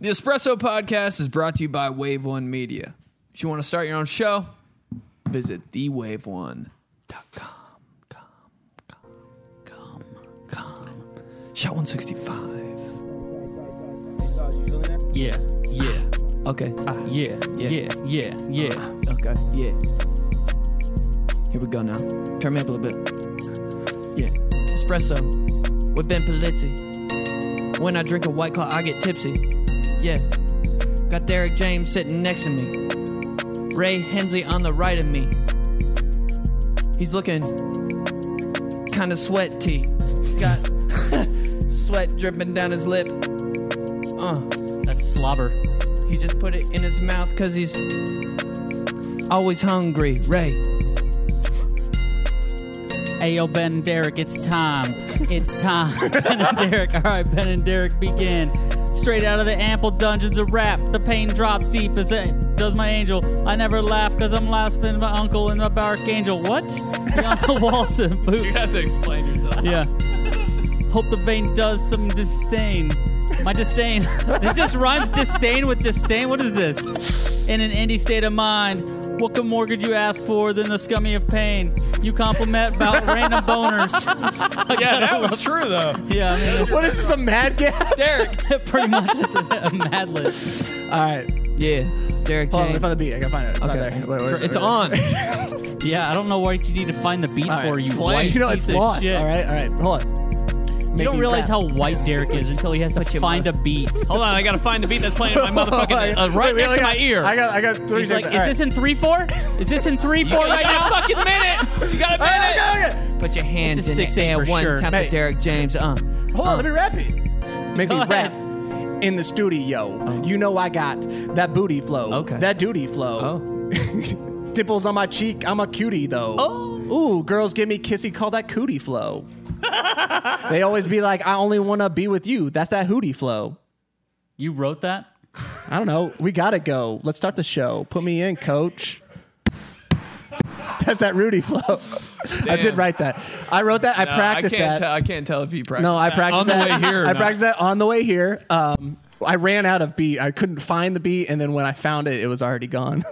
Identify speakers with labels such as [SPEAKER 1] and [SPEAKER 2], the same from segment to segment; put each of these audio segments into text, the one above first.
[SPEAKER 1] The Espresso Podcast is brought to you by Wave One Media. If you want to start your own show, visit thewave1.com. Com, com, com, com. Shot 165.
[SPEAKER 2] Yeah, yeah,
[SPEAKER 1] Okay.
[SPEAKER 2] ah, yeah,
[SPEAKER 1] Yeah. Uh-huh.
[SPEAKER 2] yeah, yeah, yeah.
[SPEAKER 1] Okay. Yeah. Here we go now. Turn me up a little bit. Yeah. Espresso with Ben Polizzi. When I drink a white claw, I get tipsy. Yeah. Got Derek James sitting next to me. Ray Hensley on the right of me. He's looking kind of sweaty. Got sweat dripping down his lip. Uh.
[SPEAKER 2] That's slobber.
[SPEAKER 1] He just put it in his mouth because he's always hungry. Ray.
[SPEAKER 2] Hey, yo, Ben and Derek, it's time. It's time. ben and Derek. All right, Ben and Derek, begin. Straight out of the ample dungeons of rap, the pain drops deep as the, does my angel. I never laugh because I'm laughing my uncle and my archangel. What? Beyond the walls and boots.
[SPEAKER 3] have to explain yourself.
[SPEAKER 2] Yeah. Hope the vein does some disdain. My disdain. it just rhymes disdain with disdain. What is this? In an indie state of mind, what could more could you ask for than the scummy of pain? You compliment about random boners. I gotta love-
[SPEAKER 3] true though.
[SPEAKER 2] Yeah, I mean,
[SPEAKER 4] What is this, a mad gap?
[SPEAKER 1] Derek.
[SPEAKER 2] it pretty much is a mad list.
[SPEAKER 4] All right.
[SPEAKER 1] yeah. Derek
[SPEAKER 4] Hold on, I
[SPEAKER 1] James.
[SPEAKER 4] found the beat. I gotta find it. It's
[SPEAKER 1] Okay.
[SPEAKER 4] not there. Wait, wait, wait,
[SPEAKER 1] it's
[SPEAKER 4] wait.
[SPEAKER 1] on.
[SPEAKER 2] Yeah, I don't know why you need to find the beat
[SPEAKER 4] All right,
[SPEAKER 2] for you.
[SPEAKER 1] play.
[SPEAKER 2] White
[SPEAKER 4] You know,
[SPEAKER 2] piece
[SPEAKER 4] it's
[SPEAKER 2] of
[SPEAKER 4] lost.
[SPEAKER 2] shit.
[SPEAKER 4] All right, all right. Hold on.
[SPEAKER 2] You don't realize how white Derek is until he has to find a beat.
[SPEAKER 3] Hold on, I gotta find the beat that's playing in my motherfucking uh, right next to my ear.
[SPEAKER 4] I got, I got three
[SPEAKER 2] He's like,
[SPEAKER 4] seconds.
[SPEAKER 2] is this in three four? Is this in three four
[SPEAKER 3] you
[SPEAKER 2] right now?
[SPEAKER 3] got a Oh, fucking minute. You got a minute.
[SPEAKER 1] Put your hands
[SPEAKER 2] It's a
[SPEAKER 1] in
[SPEAKER 2] six
[SPEAKER 1] the
[SPEAKER 2] eight
[SPEAKER 1] air
[SPEAKER 2] for
[SPEAKER 1] one
[SPEAKER 2] sure.
[SPEAKER 1] time for
[SPEAKER 4] Mate.
[SPEAKER 1] Derek James. Uh.
[SPEAKER 4] Hold on, let me rap it. Make me
[SPEAKER 2] Go
[SPEAKER 4] rap.
[SPEAKER 2] ahead.
[SPEAKER 4] In the studio, you know I got that booty flow,
[SPEAKER 1] Okay. Oh.
[SPEAKER 4] that duty flow. Dimples on my cheek, I'm a cutie though. Ooh, girls give me kissy, call that cootie flow. they always be like, I only wanna be with you. That's that hootie flow.
[SPEAKER 2] You wrote that?
[SPEAKER 4] I don't know. We gotta go. Let's start the show. Put me in, coach. That's that Rudy flow. I did
[SPEAKER 1] Damn.
[SPEAKER 4] write that. I wrote that. I
[SPEAKER 1] No,
[SPEAKER 4] practiced
[SPEAKER 1] I can't
[SPEAKER 4] that.
[SPEAKER 1] Tell, I can't tell if he practiced.
[SPEAKER 4] no, I
[SPEAKER 1] that.
[SPEAKER 4] practiced
[SPEAKER 1] on the
[SPEAKER 4] that.
[SPEAKER 1] way here. or
[SPEAKER 4] I
[SPEAKER 1] not.
[SPEAKER 4] practiced that on the way here. Um, I ran out of beat. I couldn't find the beat, and then when I found it, it was already gone.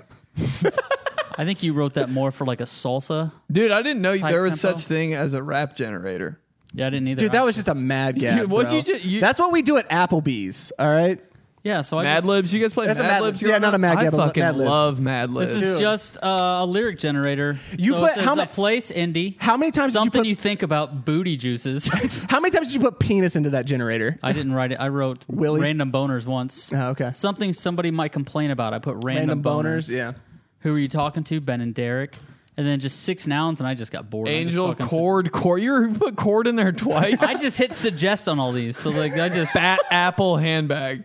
[SPEAKER 2] I think you wrote that more for like a salsa.
[SPEAKER 1] Dude, I didn't know you-
[SPEAKER 2] Type
[SPEAKER 1] there was
[SPEAKER 2] tempo.
[SPEAKER 1] such thing as a rap generator.
[SPEAKER 2] Yeah, I didn't either.
[SPEAKER 4] Dude, that was just a mad gap.
[SPEAKER 1] Dude, what'd
[SPEAKER 4] bro.
[SPEAKER 1] you ju- you-
[SPEAKER 4] That's what we do at Applebee's. All right.
[SPEAKER 2] yeah. So I
[SPEAKER 1] Mad
[SPEAKER 2] just,
[SPEAKER 1] Libs. You guys play
[SPEAKER 4] That's a
[SPEAKER 1] Mad
[SPEAKER 4] Mad
[SPEAKER 1] Libs?
[SPEAKER 4] Lib. Yeah,
[SPEAKER 1] growing
[SPEAKER 4] not a
[SPEAKER 1] up?
[SPEAKER 4] Mad
[SPEAKER 1] I
[SPEAKER 4] Lib, but
[SPEAKER 1] fucking
[SPEAKER 4] Mad Lib.
[SPEAKER 1] love Mad Libs.
[SPEAKER 2] This is just uh, a lyric generator.
[SPEAKER 4] You
[SPEAKER 2] so
[SPEAKER 4] put-
[SPEAKER 2] it says
[SPEAKER 4] how
[SPEAKER 2] a
[SPEAKER 4] ma-
[SPEAKER 2] place indie.
[SPEAKER 4] How many times did you
[SPEAKER 2] Something
[SPEAKER 4] put-
[SPEAKER 2] you think about booty juices.
[SPEAKER 4] How many times did you put penis into that generator?
[SPEAKER 2] I didn't write it. I wrote
[SPEAKER 4] Willy?
[SPEAKER 2] random boners once.
[SPEAKER 4] Oh, okay.
[SPEAKER 2] Something somebody might complain about. I put random,
[SPEAKER 4] Random boners. Yeah.
[SPEAKER 2] Who are you talking to? Ben and Derek. And then just six nouns, and I just got bored. I just
[SPEAKER 1] Angel,
[SPEAKER 2] fucking-
[SPEAKER 1] cord, cord. You were- you put cord in there twice.
[SPEAKER 2] I just hit suggest on all these. So like I just
[SPEAKER 1] Fat apple handbag.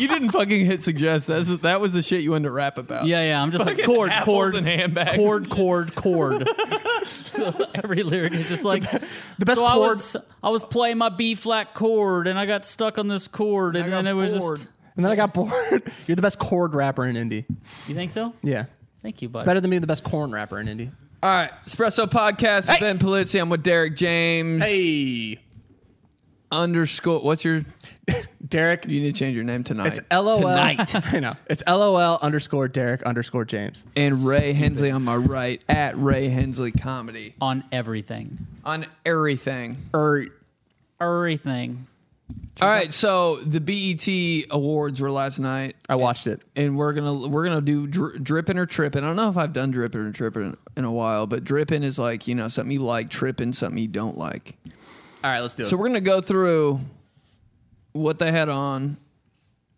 [SPEAKER 1] you didn't fucking hit suggest. That's that was the shit you wanted to rap about.
[SPEAKER 2] Yeah, yeah. I'm just like
[SPEAKER 1] Fucking
[SPEAKER 2] chord,
[SPEAKER 1] apples
[SPEAKER 2] chord,
[SPEAKER 1] and handbags
[SPEAKER 2] chord, chord, chord. so every lyric is just like the
[SPEAKER 4] best
[SPEAKER 2] so I
[SPEAKER 4] chord-
[SPEAKER 2] was, I was playing my B flat chord, and I got stuck on this chord, and
[SPEAKER 1] I got
[SPEAKER 2] then it was
[SPEAKER 1] bored.
[SPEAKER 2] just.
[SPEAKER 4] And then I got bored. You're the best chord rapper in indie.
[SPEAKER 2] You think so?
[SPEAKER 4] Yeah.
[SPEAKER 2] Thank you, bud.
[SPEAKER 4] Better than being the best corn rapper in indie.
[SPEAKER 1] All right, Espresso Podcast with
[SPEAKER 4] Hey.
[SPEAKER 1] Ben Polizzi. I'm with Derek James.
[SPEAKER 4] Hey,
[SPEAKER 1] Underscore. What's your?
[SPEAKER 4] Derek.
[SPEAKER 1] You need to change your name tonight.
[SPEAKER 4] It's LOL.
[SPEAKER 1] tonight.
[SPEAKER 4] I know. It's LOL underscore Derek underscore James.
[SPEAKER 1] and Ray Hensley on my right at Ray Hensley Comedy
[SPEAKER 2] on everything,
[SPEAKER 1] on everything.
[SPEAKER 4] Er,
[SPEAKER 2] everything.
[SPEAKER 1] All right, so the BET Awards were last night.
[SPEAKER 4] I watched it.
[SPEAKER 1] and we're gonna we're gonna do dri- dripping or tripping. I don't know if I've done dripping or tripping in a while, but dripping is like you know something you like, tripping something you don't like.
[SPEAKER 4] All right, let's do it.
[SPEAKER 1] So we're gonna go through what they had on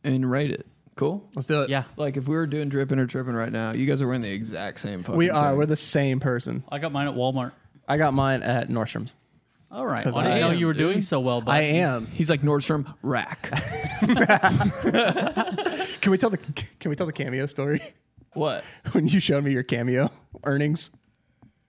[SPEAKER 1] and rate it. Cool.
[SPEAKER 4] let's do it.
[SPEAKER 2] Yeah,
[SPEAKER 1] Like if we were doing dripping or tripping right now, you guys are wearing the exact same. Fucking
[SPEAKER 4] We are.
[SPEAKER 1] thing.
[SPEAKER 4] We're the same person.
[SPEAKER 2] I got mine at Walmart.
[SPEAKER 4] I got mine at Nordstrom's.
[SPEAKER 2] All right.
[SPEAKER 4] 'Cause
[SPEAKER 2] Well, I didn't
[SPEAKER 1] I
[SPEAKER 2] know
[SPEAKER 1] am,
[SPEAKER 2] you were
[SPEAKER 1] dude.
[SPEAKER 2] doing so well, but
[SPEAKER 4] I am.
[SPEAKER 1] He's like Nordstrom rack.
[SPEAKER 4] Can we tell the Can we tell the cameo story?
[SPEAKER 1] what?
[SPEAKER 4] when you showed me your cameo earnings,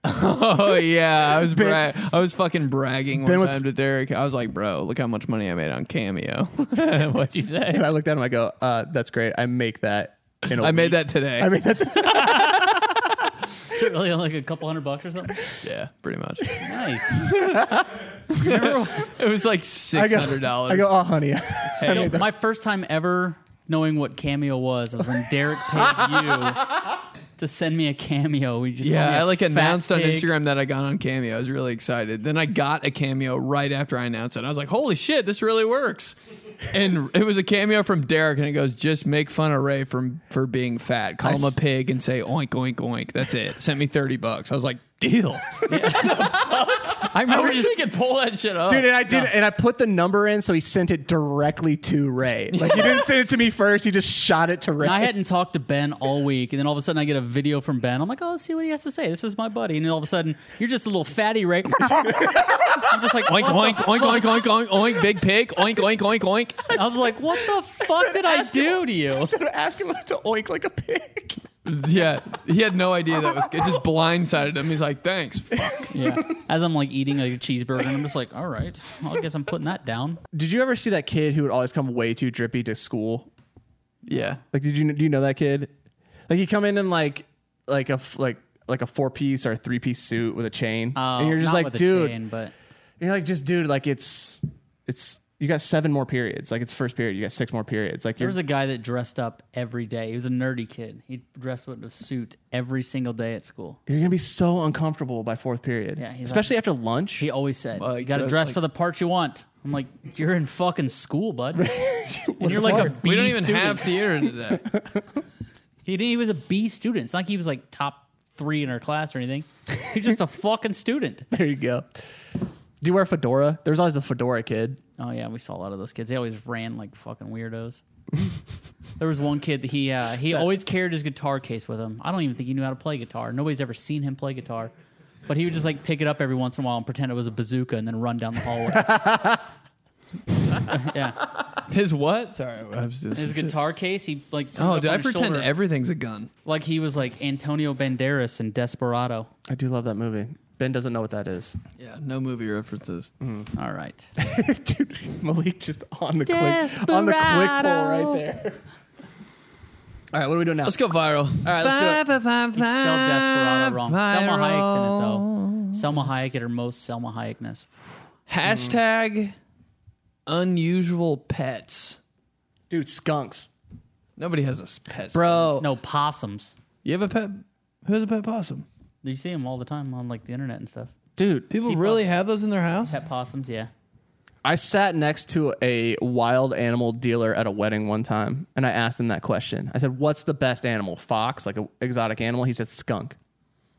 [SPEAKER 1] Oh yeah, I was
[SPEAKER 4] Ben-
[SPEAKER 1] bra- I was fucking bragging one
[SPEAKER 4] Ben was-
[SPEAKER 1] time to Derek. I was like, bro, look how much money I made on Cameo. What'd you say?
[SPEAKER 4] and I looked at him. I go, uh, "That's great. I make that." In a
[SPEAKER 1] I made
[SPEAKER 4] week."
[SPEAKER 1] that today.
[SPEAKER 4] I made that.
[SPEAKER 2] Is it really like a couple hundred bucks or something?
[SPEAKER 1] Yeah, pretty much.
[SPEAKER 2] Nice.
[SPEAKER 1] It was like
[SPEAKER 4] I
[SPEAKER 1] six
[SPEAKER 4] go,
[SPEAKER 1] hundred dollars.
[SPEAKER 4] I go, oh, honey.
[SPEAKER 2] So my first time ever knowing what cameo was was when Derek paid you to send me a cameo. We just
[SPEAKER 1] yeah,
[SPEAKER 2] called me a
[SPEAKER 1] I like
[SPEAKER 2] fat
[SPEAKER 1] announced on
[SPEAKER 2] pig.
[SPEAKER 1] Instagram that I got on Cameo. I was really excited. Then I got a Cameo right after I announced it. I was like, "Holy shit, this really works!" And it was a cameo from Derek, and it goes, "Just make fun of Ray from for being fat. Call him a
[SPEAKER 4] Nice.
[SPEAKER 1] pig and say oink oink oink." That's it. Sent me thirty bucks. I was like, "Deal."
[SPEAKER 2] I
[SPEAKER 1] I
[SPEAKER 2] remember
[SPEAKER 1] wish
[SPEAKER 2] just
[SPEAKER 1] you could pull that shit up,
[SPEAKER 4] Dude, and I did, and I put the number in, so he sent it directly to Ray. Like he didn't send it to me first; he just shot it to Ray.
[SPEAKER 2] I hadn't talked to Ben all week, and then all of a sudden I get a video from Ben. I'm like, oh, let's see what he has to say. This is my buddy, and then all of a sudden you're just a little fatty Ray. I'm just like,
[SPEAKER 1] Oink
[SPEAKER 2] what
[SPEAKER 1] oink oink
[SPEAKER 2] the fuck?
[SPEAKER 1] oink oink oink oink. Big pig. Oink oink oink oink.
[SPEAKER 2] I was like, what the fuck did I do to you?
[SPEAKER 4] Instead of asking him to oink like a pig.
[SPEAKER 1] Yeah, he had no idea that was. It just blindsided him. He's like, "Thanks." Fuck.
[SPEAKER 2] Yeah. As I'm like eating like a cheeseburger, and I'm just like, all right, well, I guess I'm putting that down.
[SPEAKER 4] Did you ever see that kid who would always come way too drippy to school?
[SPEAKER 1] Yeah.
[SPEAKER 4] Like, did you do you know that kid? Like, he come in in like like a f- like like a four piece or three piece suit with a chain, and you're just
[SPEAKER 2] Uh, Oh, not
[SPEAKER 4] like,
[SPEAKER 2] with a
[SPEAKER 4] dude.
[SPEAKER 2] chain, but
[SPEAKER 4] You're like, just dude, like it's it's you got seven more periods. Like it's first period, you got six more periods. Like
[SPEAKER 2] There
[SPEAKER 4] you're
[SPEAKER 2] was a guy that dressed up every day. He was a nerdy kid. He dressed up in a suit every single day at school.
[SPEAKER 4] you're gonna be so uncomfortable by fourth period.
[SPEAKER 2] Yeah, he's
[SPEAKER 4] especially after lunch.
[SPEAKER 2] He always said,
[SPEAKER 1] Well,
[SPEAKER 2] "You got to
[SPEAKER 1] like-
[SPEAKER 2] dress for the part you want." I'm like, "You're in fucking school, bud." and you're like a B
[SPEAKER 1] We don't even
[SPEAKER 2] student.
[SPEAKER 1] have theater today.
[SPEAKER 2] He didn't. He was a B student. It's not like he was like top three in our class or anything. He's just a fucking student.
[SPEAKER 4] there you go. Do you wear a fedora? There's always the fedora kid.
[SPEAKER 2] Oh yeah, we saw a lot of those kids. They always ran like fucking weirdos. there was one kid that he uh, he always carried his guitar case with him. I don't even think he knew how to play guitar. Nobody's ever seen him play guitar, but he would just like pick it up every once in a while and pretend it was a bazooka and then run down the hallways. yeah,
[SPEAKER 1] His what? Sorry, I was just.
[SPEAKER 2] his guitar case. He like put it
[SPEAKER 1] oh,
[SPEAKER 2] up
[SPEAKER 1] did
[SPEAKER 2] on
[SPEAKER 1] I
[SPEAKER 2] his
[SPEAKER 1] pretend
[SPEAKER 2] shoulder,
[SPEAKER 1] everything's a gun?
[SPEAKER 2] like he was like Antonio Banderas in Desperado?
[SPEAKER 4] I do love that movie. Ben doesn't know what that is.
[SPEAKER 1] Yeah, no movie references.
[SPEAKER 2] All right,
[SPEAKER 4] Dude, Malik just on the quick on the quick pull
[SPEAKER 2] Desperado.
[SPEAKER 4] right there. All right, what are we doing now?
[SPEAKER 1] Let's go viral. All right,
[SPEAKER 4] let's
[SPEAKER 1] do it. Five,
[SPEAKER 2] he spelled Desperado wrong. Selma Hayek's in it though. Selma Hayek at her most Selma Hayekness.
[SPEAKER 1] Hashtag unusual pets.
[SPEAKER 4] Dude, skunks.
[SPEAKER 1] Nobody has a s- pet.
[SPEAKER 4] Bro.
[SPEAKER 2] No possums.
[SPEAKER 1] you have a pet. Who has a pet possum?
[SPEAKER 2] You see them all the time on like the internet and stuff.
[SPEAKER 4] Dude,
[SPEAKER 1] People, really have those in their house?
[SPEAKER 2] Pet possums, yeah.
[SPEAKER 4] I sat next to a wild animal dealer at a wedding one time, and I asked him that question. I said, "What's the best animal? Fox, like an exotic animal?" He said, "Skunk."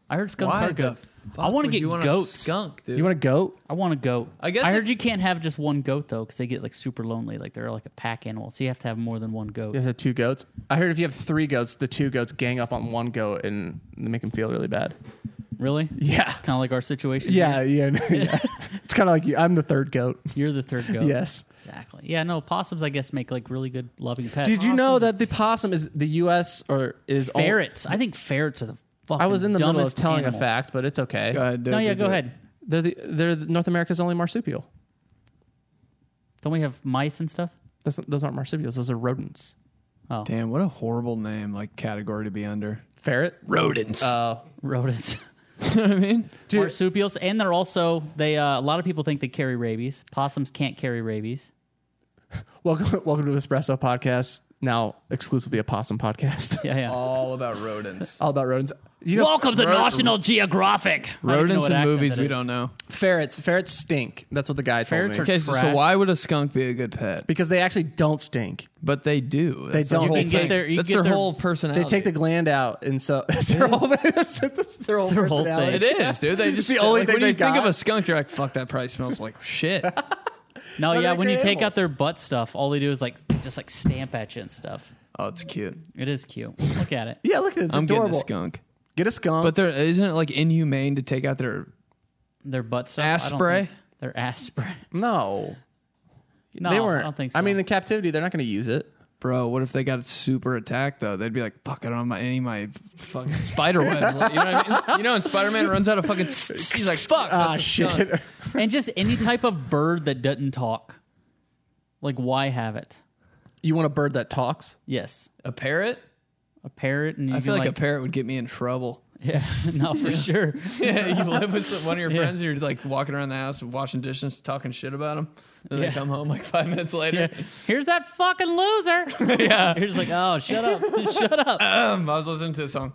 [SPEAKER 2] I heard skunks
[SPEAKER 1] Why
[SPEAKER 2] are
[SPEAKER 1] the
[SPEAKER 2] good.
[SPEAKER 1] fuck
[SPEAKER 2] I want to
[SPEAKER 1] would
[SPEAKER 2] get
[SPEAKER 1] you want
[SPEAKER 2] goats.
[SPEAKER 1] A skunk, dude.
[SPEAKER 4] You want a goat?
[SPEAKER 2] I want a goat.
[SPEAKER 1] I guess
[SPEAKER 2] I
[SPEAKER 1] if-
[SPEAKER 2] heard you can't have just one goat though, because they get like super lonely. Like they're like a pack animal, so you have to have more than one goat.
[SPEAKER 4] You have to have two goats. I heard if you have three goats, the two goats gang up on one goat and they make him feel really bad.
[SPEAKER 2] Really?
[SPEAKER 4] Yeah.
[SPEAKER 2] Kind of like our situation.
[SPEAKER 4] Yeah,
[SPEAKER 2] here.
[SPEAKER 4] yeah, no, yeah. it's kind of like you, I'm the third goat.
[SPEAKER 2] You're the third goat.
[SPEAKER 4] Yes.
[SPEAKER 2] Exactly. Yeah. No, possums I guess make like really good loving pets.
[SPEAKER 4] Did you know that the possum is the U.S. or is all-
[SPEAKER 2] ferrets? I think ferrets are the fucking.
[SPEAKER 4] I was in the middle of
[SPEAKER 2] dumbest
[SPEAKER 4] telling
[SPEAKER 2] animal.
[SPEAKER 4] a fact, but it's okay.
[SPEAKER 1] Go ahead,
[SPEAKER 2] No, yeah. Go ahead.
[SPEAKER 4] They're the, they're the- North America's only marsupial.
[SPEAKER 2] Don't we have mice and stuff?
[SPEAKER 4] That's, those aren't marsupials. Those are rodents.
[SPEAKER 1] Damn, what a horrible name, like category to be under.
[SPEAKER 4] Ferret.
[SPEAKER 1] Rodents.
[SPEAKER 4] Uh,
[SPEAKER 2] Rodents.
[SPEAKER 1] you know what I mean?
[SPEAKER 2] marsupials, and they're also they. Uh, a lot of people think they carry rabies. Possums can't carry rabies.
[SPEAKER 4] welcome welcome to Espresso Podcast. Now exclusively a possum podcast.
[SPEAKER 2] Yeah, yeah.
[SPEAKER 1] All about rodents.
[SPEAKER 4] All about rodents. You know,
[SPEAKER 2] Welcome to
[SPEAKER 1] Ro-
[SPEAKER 2] National Geographic. I don't even know
[SPEAKER 1] rodents
[SPEAKER 2] what
[SPEAKER 1] in
[SPEAKER 2] accent
[SPEAKER 1] movies
[SPEAKER 2] that
[SPEAKER 1] we
[SPEAKER 2] is.
[SPEAKER 1] don't know.
[SPEAKER 4] ferrets. Ferrets stink. That's what the guy told
[SPEAKER 2] Ferrets
[SPEAKER 4] me.
[SPEAKER 2] are
[SPEAKER 1] Okay, so, so
[SPEAKER 2] Trash.
[SPEAKER 1] why would a skunk be a good pet?
[SPEAKER 4] because they actually don't stink.
[SPEAKER 1] But they do. That's Their
[SPEAKER 4] don't. You
[SPEAKER 1] whole
[SPEAKER 4] can
[SPEAKER 2] get
[SPEAKER 1] thing.
[SPEAKER 2] their- you
[SPEAKER 1] That's
[SPEAKER 2] get
[SPEAKER 1] their,
[SPEAKER 2] their-
[SPEAKER 1] whole
[SPEAKER 4] They
[SPEAKER 1] personality.
[SPEAKER 4] take the gland out, and so it's their whole, it's their whole,
[SPEAKER 2] their whole
[SPEAKER 4] personality.
[SPEAKER 2] thing.
[SPEAKER 1] It is, dude. They just
[SPEAKER 4] the only
[SPEAKER 1] like,
[SPEAKER 4] thing
[SPEAKER 1] when you
[SPEAKER 4] they
[SPEAKER 1] think of
[SPEAKER 4] got.
[SPEAKER 1] a skunk, you're like, "Fuck, that probably smells like shit."
[SPEAKER 2] No, yeah.
[SPEAKER 4] they're
[SPEAKER 2] When you
[SPEAKER 4] great
[SPEAKER 2] take out
[SPEAKER 4] animals.
[SPEAKER 2] their butt stuff, all they do is like just like stamp at you and stuff.
[SPEAKER 1] oh, it's cute.
[SPEAKER 2] It is cute. Look at it.
[SPEAKER 4] Yeah, look at it. It's
[SPEAKER 1] I'm getting
[SPEAKER 4] adorable.
[SPEAKER 1] a skunk.
[SPEAKER 4] Get a skunk.
[SPEAKER 1] But there isn't it like inhumane to take out their.
[SPEAKER 2] Their butt stuff.
[SPEAKER 1] Ass
[SPEAKER 2] I don't
[SPEAKER 1] spray?
[SPEAKER 2] think- Their ass spray.
[SPEAKER 4] no,
[SPEAKER 2] No,
[SPEAKER 4] they weren't.
[SPEAKER 2] I don't think so.
[SPEAKER 4] I mean, in captivity, they're not going to use it.
[SPEAKER 1] Bro, what if they got super attacked though? They'd be like, "Fuck, I don't have my, any of my fucking spider web." Like, you know what I mean? You know, and Spider Man runs out of fucking. He's like, "Fuck."
[SPEAKER 4] Ah,
[SPEAKER 1] that's a skunk."
[SPEAKER 4] shit.
[SPEAKER 2] and just any type of bird that doesn't talk. Like, why have it?
[SPEAKER 4] you want a bird that talks?
[SPEAKER 2] Yes,
[SPEAKER 1] A parrot?
[SPEAKER 2] a parrot. And you
[SPEAKER 1] I
[SPEAKER 2] can,
[SPEAKER 1] feel like,
[SPEAKER 2] like
[SPEAKER 1] a parrot would get me in trouble.
[SPEAKER 2] Yeah, no, for sure.
[SPEAKER 1] Yeah, you live with one of your
[SPEAKER 2] Yeah.
[SPEAKER 1] friends, and you're like walking around the house, washing dishes, talking shit about them. Then
[SPEAKER 2] Yeah.
[SPEAKER 1] they come home like five minutes later.
[SPEAKER 2] Yeah. Here's that fucking loser.
[SPEAKER 1] Yeah.
[SPEAKER 2] You're just like, oh, shut up, shut up.
[SPEAKER 1] Um, I was listening to a song.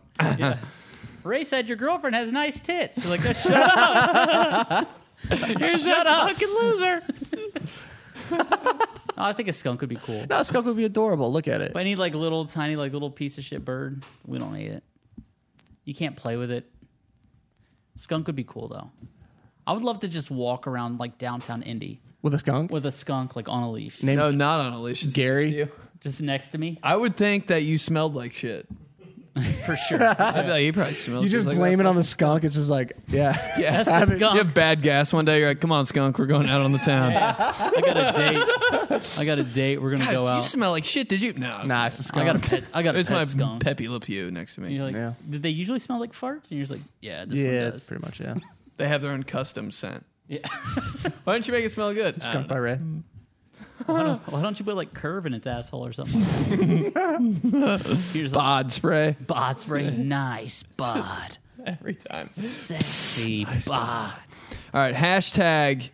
[SPEAKER 2] Ray said your girlfriend has nice tits. You're like, oh, shut up. Here's shut that up. fucking loser. I think a skunk would be cool.
[SPEAKER 4] No, Ah, skunk would be adorable. Look at it.
[SPEAKER 2] But any like little tiny like little piece of shit bird, we don't need it. You can't play with it. Skunk would be cool though. I would love to just walk around like downtown Indy
[SPEAKER 4] With a skunk?
[SPEAKER 2] with a skunk like on a leash,
[SPEAKER 4] Name
[SPEAKER 1] No, not on a leash. it's
[SPEAKER 4] Gary?
[SPEAKER 1] next to you.
[SPEAKER 2] just next to me
[SPEAKER 1] I would think that you smelled like shit.
[SPEAKER 2] for sure.
[SPEAKER 1] I'd be like, he probably smells.
[SPEAKER 4] You just
[SPEAKER 1] like
[SPEAKER 4] blame it on the skunk. It's just like, yeah.
[SPEAKER 1] Yeah.
[SPEAKER 2] That's the
[SPEAKER 1] You
[SPEAKER 2] skunk.
[SPEAKER 1] have bad gas one day. You're like, come on, skunk, we're going out on the town.
[SPEAKER 2] I got a date. I got a date. We're gonna
[SPEAKER 1] God,
[SPEAKER 2] go
[SPEAKER 1] you
[SPEAKER 2] out.
[SPEAKER 1] smell like shit. Did you? No,
[SPEAKER 4] Nah, it's a
[SPEAKER 2] I
[SPEAKER 4] skunk.
[SPEAKER 2] got a pet. I got a
[SPEAKER 1] It's
[SPEAKER 2] pet
[SPEAKER 1] my
[SPEAKER 2] skunk.
[SPEAKER 1] Pepe Le Pew next to
[SPEAKER 2] And
[SPEAKER 1] me.
[SPEAKER 2] you're like,
[SPEAKER 4] Yeah.
[SPEAKER 2] did they usually smell like farts? And you're just like, yeah, this
[SPEAKER 4] yeah,
[SPEAKER 2] one
[SPEAKER 4] that's
[SPEAKER 2] does.
[SPEAKER 4] pretty much, yeah.
[SPEAKER 1] They have their own custom scent.
[SPEAKER 2] Yeah.
[SPEAKER 1] Why don't you make it smell good? I don't know.
[SPEAKER 4] Skunk by Ray.
[SPEAKER 2] why, don't, why don't you put like curve in its asshole or something? Like that? You're just like,
[SPEAKER 1] Bod spray
[SPEAKER 2] Bod's very nice, bod.
[SPEAKER 1] every time.
[SPEAKER 2] Sexy bod.
[SPEAKER 1] All right, hashtag.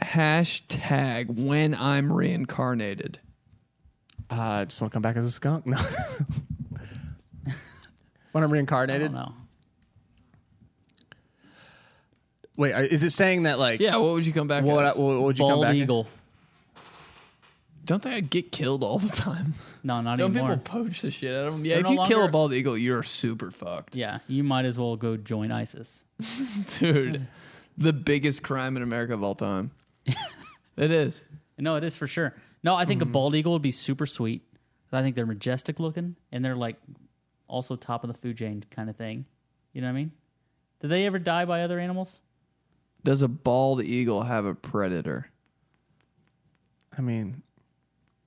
[SPEAKER 1] hashtag when I'm reincarnated.
[SPEAKER 4] Uh, I just want to come back as a skunk. No. when I'm
[SPEAKER 2] I don't
[SPEAKER 4] reincarnated.
[SPEAKER 2] know.
[SPEAKER 4] Wait, are- is it saying that, like,
[SPEAKER 1] Yeah, what would you come back
[SPEAKER 4] what,
[SPEAKER 1] as?
[SPEAKER 4] what, would you come
[SPEAKER 2] Bald
[SPEAKER 4] back
[SPEAKER 2] eagle.
[SPEAKER 1] Don't think I get killed all the time.
[SPEAKER 2] No, not
[SPEAKER 1] Don't
[SPEAKER 2] anymore.
[SPEAKER 1] people poach the shit out of them? Yeah,
[SPEAKER 2] They're
[SPEAKER 1] if
[SPEAKER 2] no
[SPEAKER 1] you kill a
[SPEAKER 2] longer-
[SPEAKER 1] bald eagle, you're super fucked.
[SPEAKER 2] yeah, you might as well go join ISIS.
[SPEAKER 1] Dude, the biggest crime in America of all time. it is.
[SPEAKER 2] No, it is for sure. No, I think a bald eagle would be super sweet. I think they're majestic looking and they're like also top of the food chain kind of thing. You know what I mean? Did they ever die by other animals?
[SPEAKER 1] Does a bald eagle have a predator
[SPEAKER 4] I mean,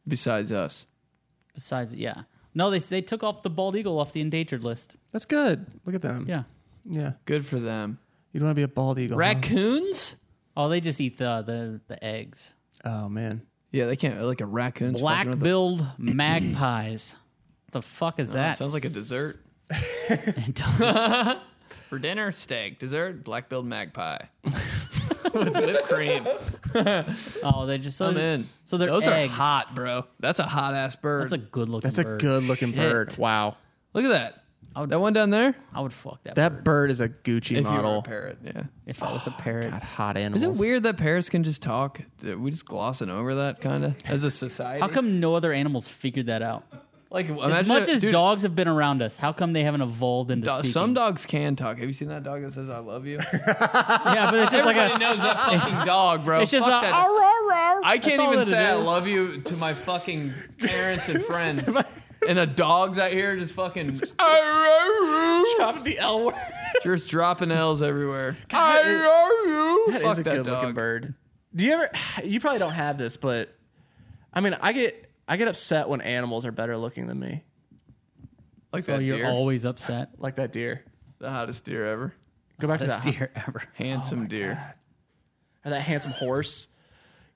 [SPEAKER 1] besides us?
[SPEAKER 2] Besides, yeah. No, they they took off the bald eagle off the endangered list.
[SPEAKER 4] that's good. Look at them.
[SPEAKER 2] Yeah.
[SPEAKER 4] Yeah.
[SPEAKER 1] Good for them.
[SPEAKER 4] You don't want to be a bald eagle. huh?
[SPEAKER 1] Raccoons?
[SPEAKER 2] Oh, they just eat the the, the eggs.
[SPEAKER 4] Oh, man.
[SPEAKER 1] Yeah, they can't. Like a raccoon.
[SPEAKER 2] Black billed magpies. The fuck is that?
[SPEAKER 1] Sounds like a dessert.
[SPEAKER 2] It does.
[SPEAKER 1] For dinner, steak. Dessert, black billed magpie. With whipped cream.
[SPEAKER 2] oh, they just so,
[SPEAKER 1] I'm in.
[SPEAKER 2] so they're
[SPEAKER 1] Those
[SPEAKER 2] eggs.
[SPEAKER 1] are hot, bro. That's a hot ass bird.
[SPEAKER 2] That's a good looking.
[SPEAKER 4] That's a
[SPEAKER 2] bird.
[SPEAKER 4] good looking
[SPEAKER 1] Shit.
[SPEAKER 4] bird. Wow.
[SPEAKER 1] Look at that.
[SPEAKER 2] I would-
[SPEAKER 1] that one down there?
[SPEAKER 2] I would fuck that.
[SPEAKER 4] That bird is a
[SPEAKER 1] If
[SPEAKER 4] Gucci
[SPEAKER 1] you were a
[SPEAKER 4] model.
[SPEAKER 1] parrot, yeah.
[SPEAKER 2] if I was a parrot.
[SPEAKER 4] God, hot animals.
[SPEAKER 1] Is it weird that parrots can just talk? Are we just glossing over that kind of as a society?
[SPEAKER 2] How come no other animals figured that out?
[SPEAKER 1] Like imagine
[SPEAKER 2] As much
[SPEAKER 1] a-
[SPEAKER 2] as
[SPEAKER 1] dude,
[SPEAKER 2] dogs have been around us, how come they haven't evolved into
[SPEAKER 1] do-
[SPEAKER 2] speaking?
[SPEAKER 1] some dogs can talk. Have you seen that dog that says "I love you"?
[SPEAKER 2] yeah, but it's just like
[SPEAKER 1] Everybody
[SPEAKER 2] a.
[SPEAKER 1] knows that fucking dog, bro.
[SPEAKER 2] It's just a.
[SPEAKER 1] Fuck that.
[SPEAKER 2] "Arr, arr, arr."
[SPEAKER 1] I
[SPEAKER 2] That's
[SPEAKER 1] can't
[SPEAKER 2] all
[SPEAKER 1] even
[SPEAKER 2] that it
[SPEAKER 1] say "I
[SPEAKER 2] is.
[SPEAKER 1] love you" to my fucking parents and friends. and the dogs out here just fucking
[SPEAKER 4] Dropping the L word.
[SPEAKER 1] just dropping L's everywhere.
[SPEAKER 4] that is-
[SPEAKER 1] I love you.
[SPEAKER 4] That is
[SPEAKER 1] Fuck
[SPEAKER 4] a
[SPEAKER 1] that
[SPEAKER 4] good looking
[SPEAKER 1] dog.
[SPEAKER 4] bird. Do you ever? You probably don't have this, but I mean, I get I get upset when animals are better looking than me,
[SPEAKER 1] Like
[SPEAKER 2] So
[SPEAKER 1] that
[SPEAKER 2] oh, you're
[SPEAKER 1] deer,
[SPEAKER 2] always upset.
[SPEAKER 4] like that deer.
[SPEAKER 1] the hottest deer ever,
[SPEAKER 4] Go back to that
[SPEAKER 2] Best
[SPEAKER 4] ho-
[SPEAKER 2] deer ever.
[SPEAKER 1] handsome deer.
[SPEAKER 4] or that handsome horse.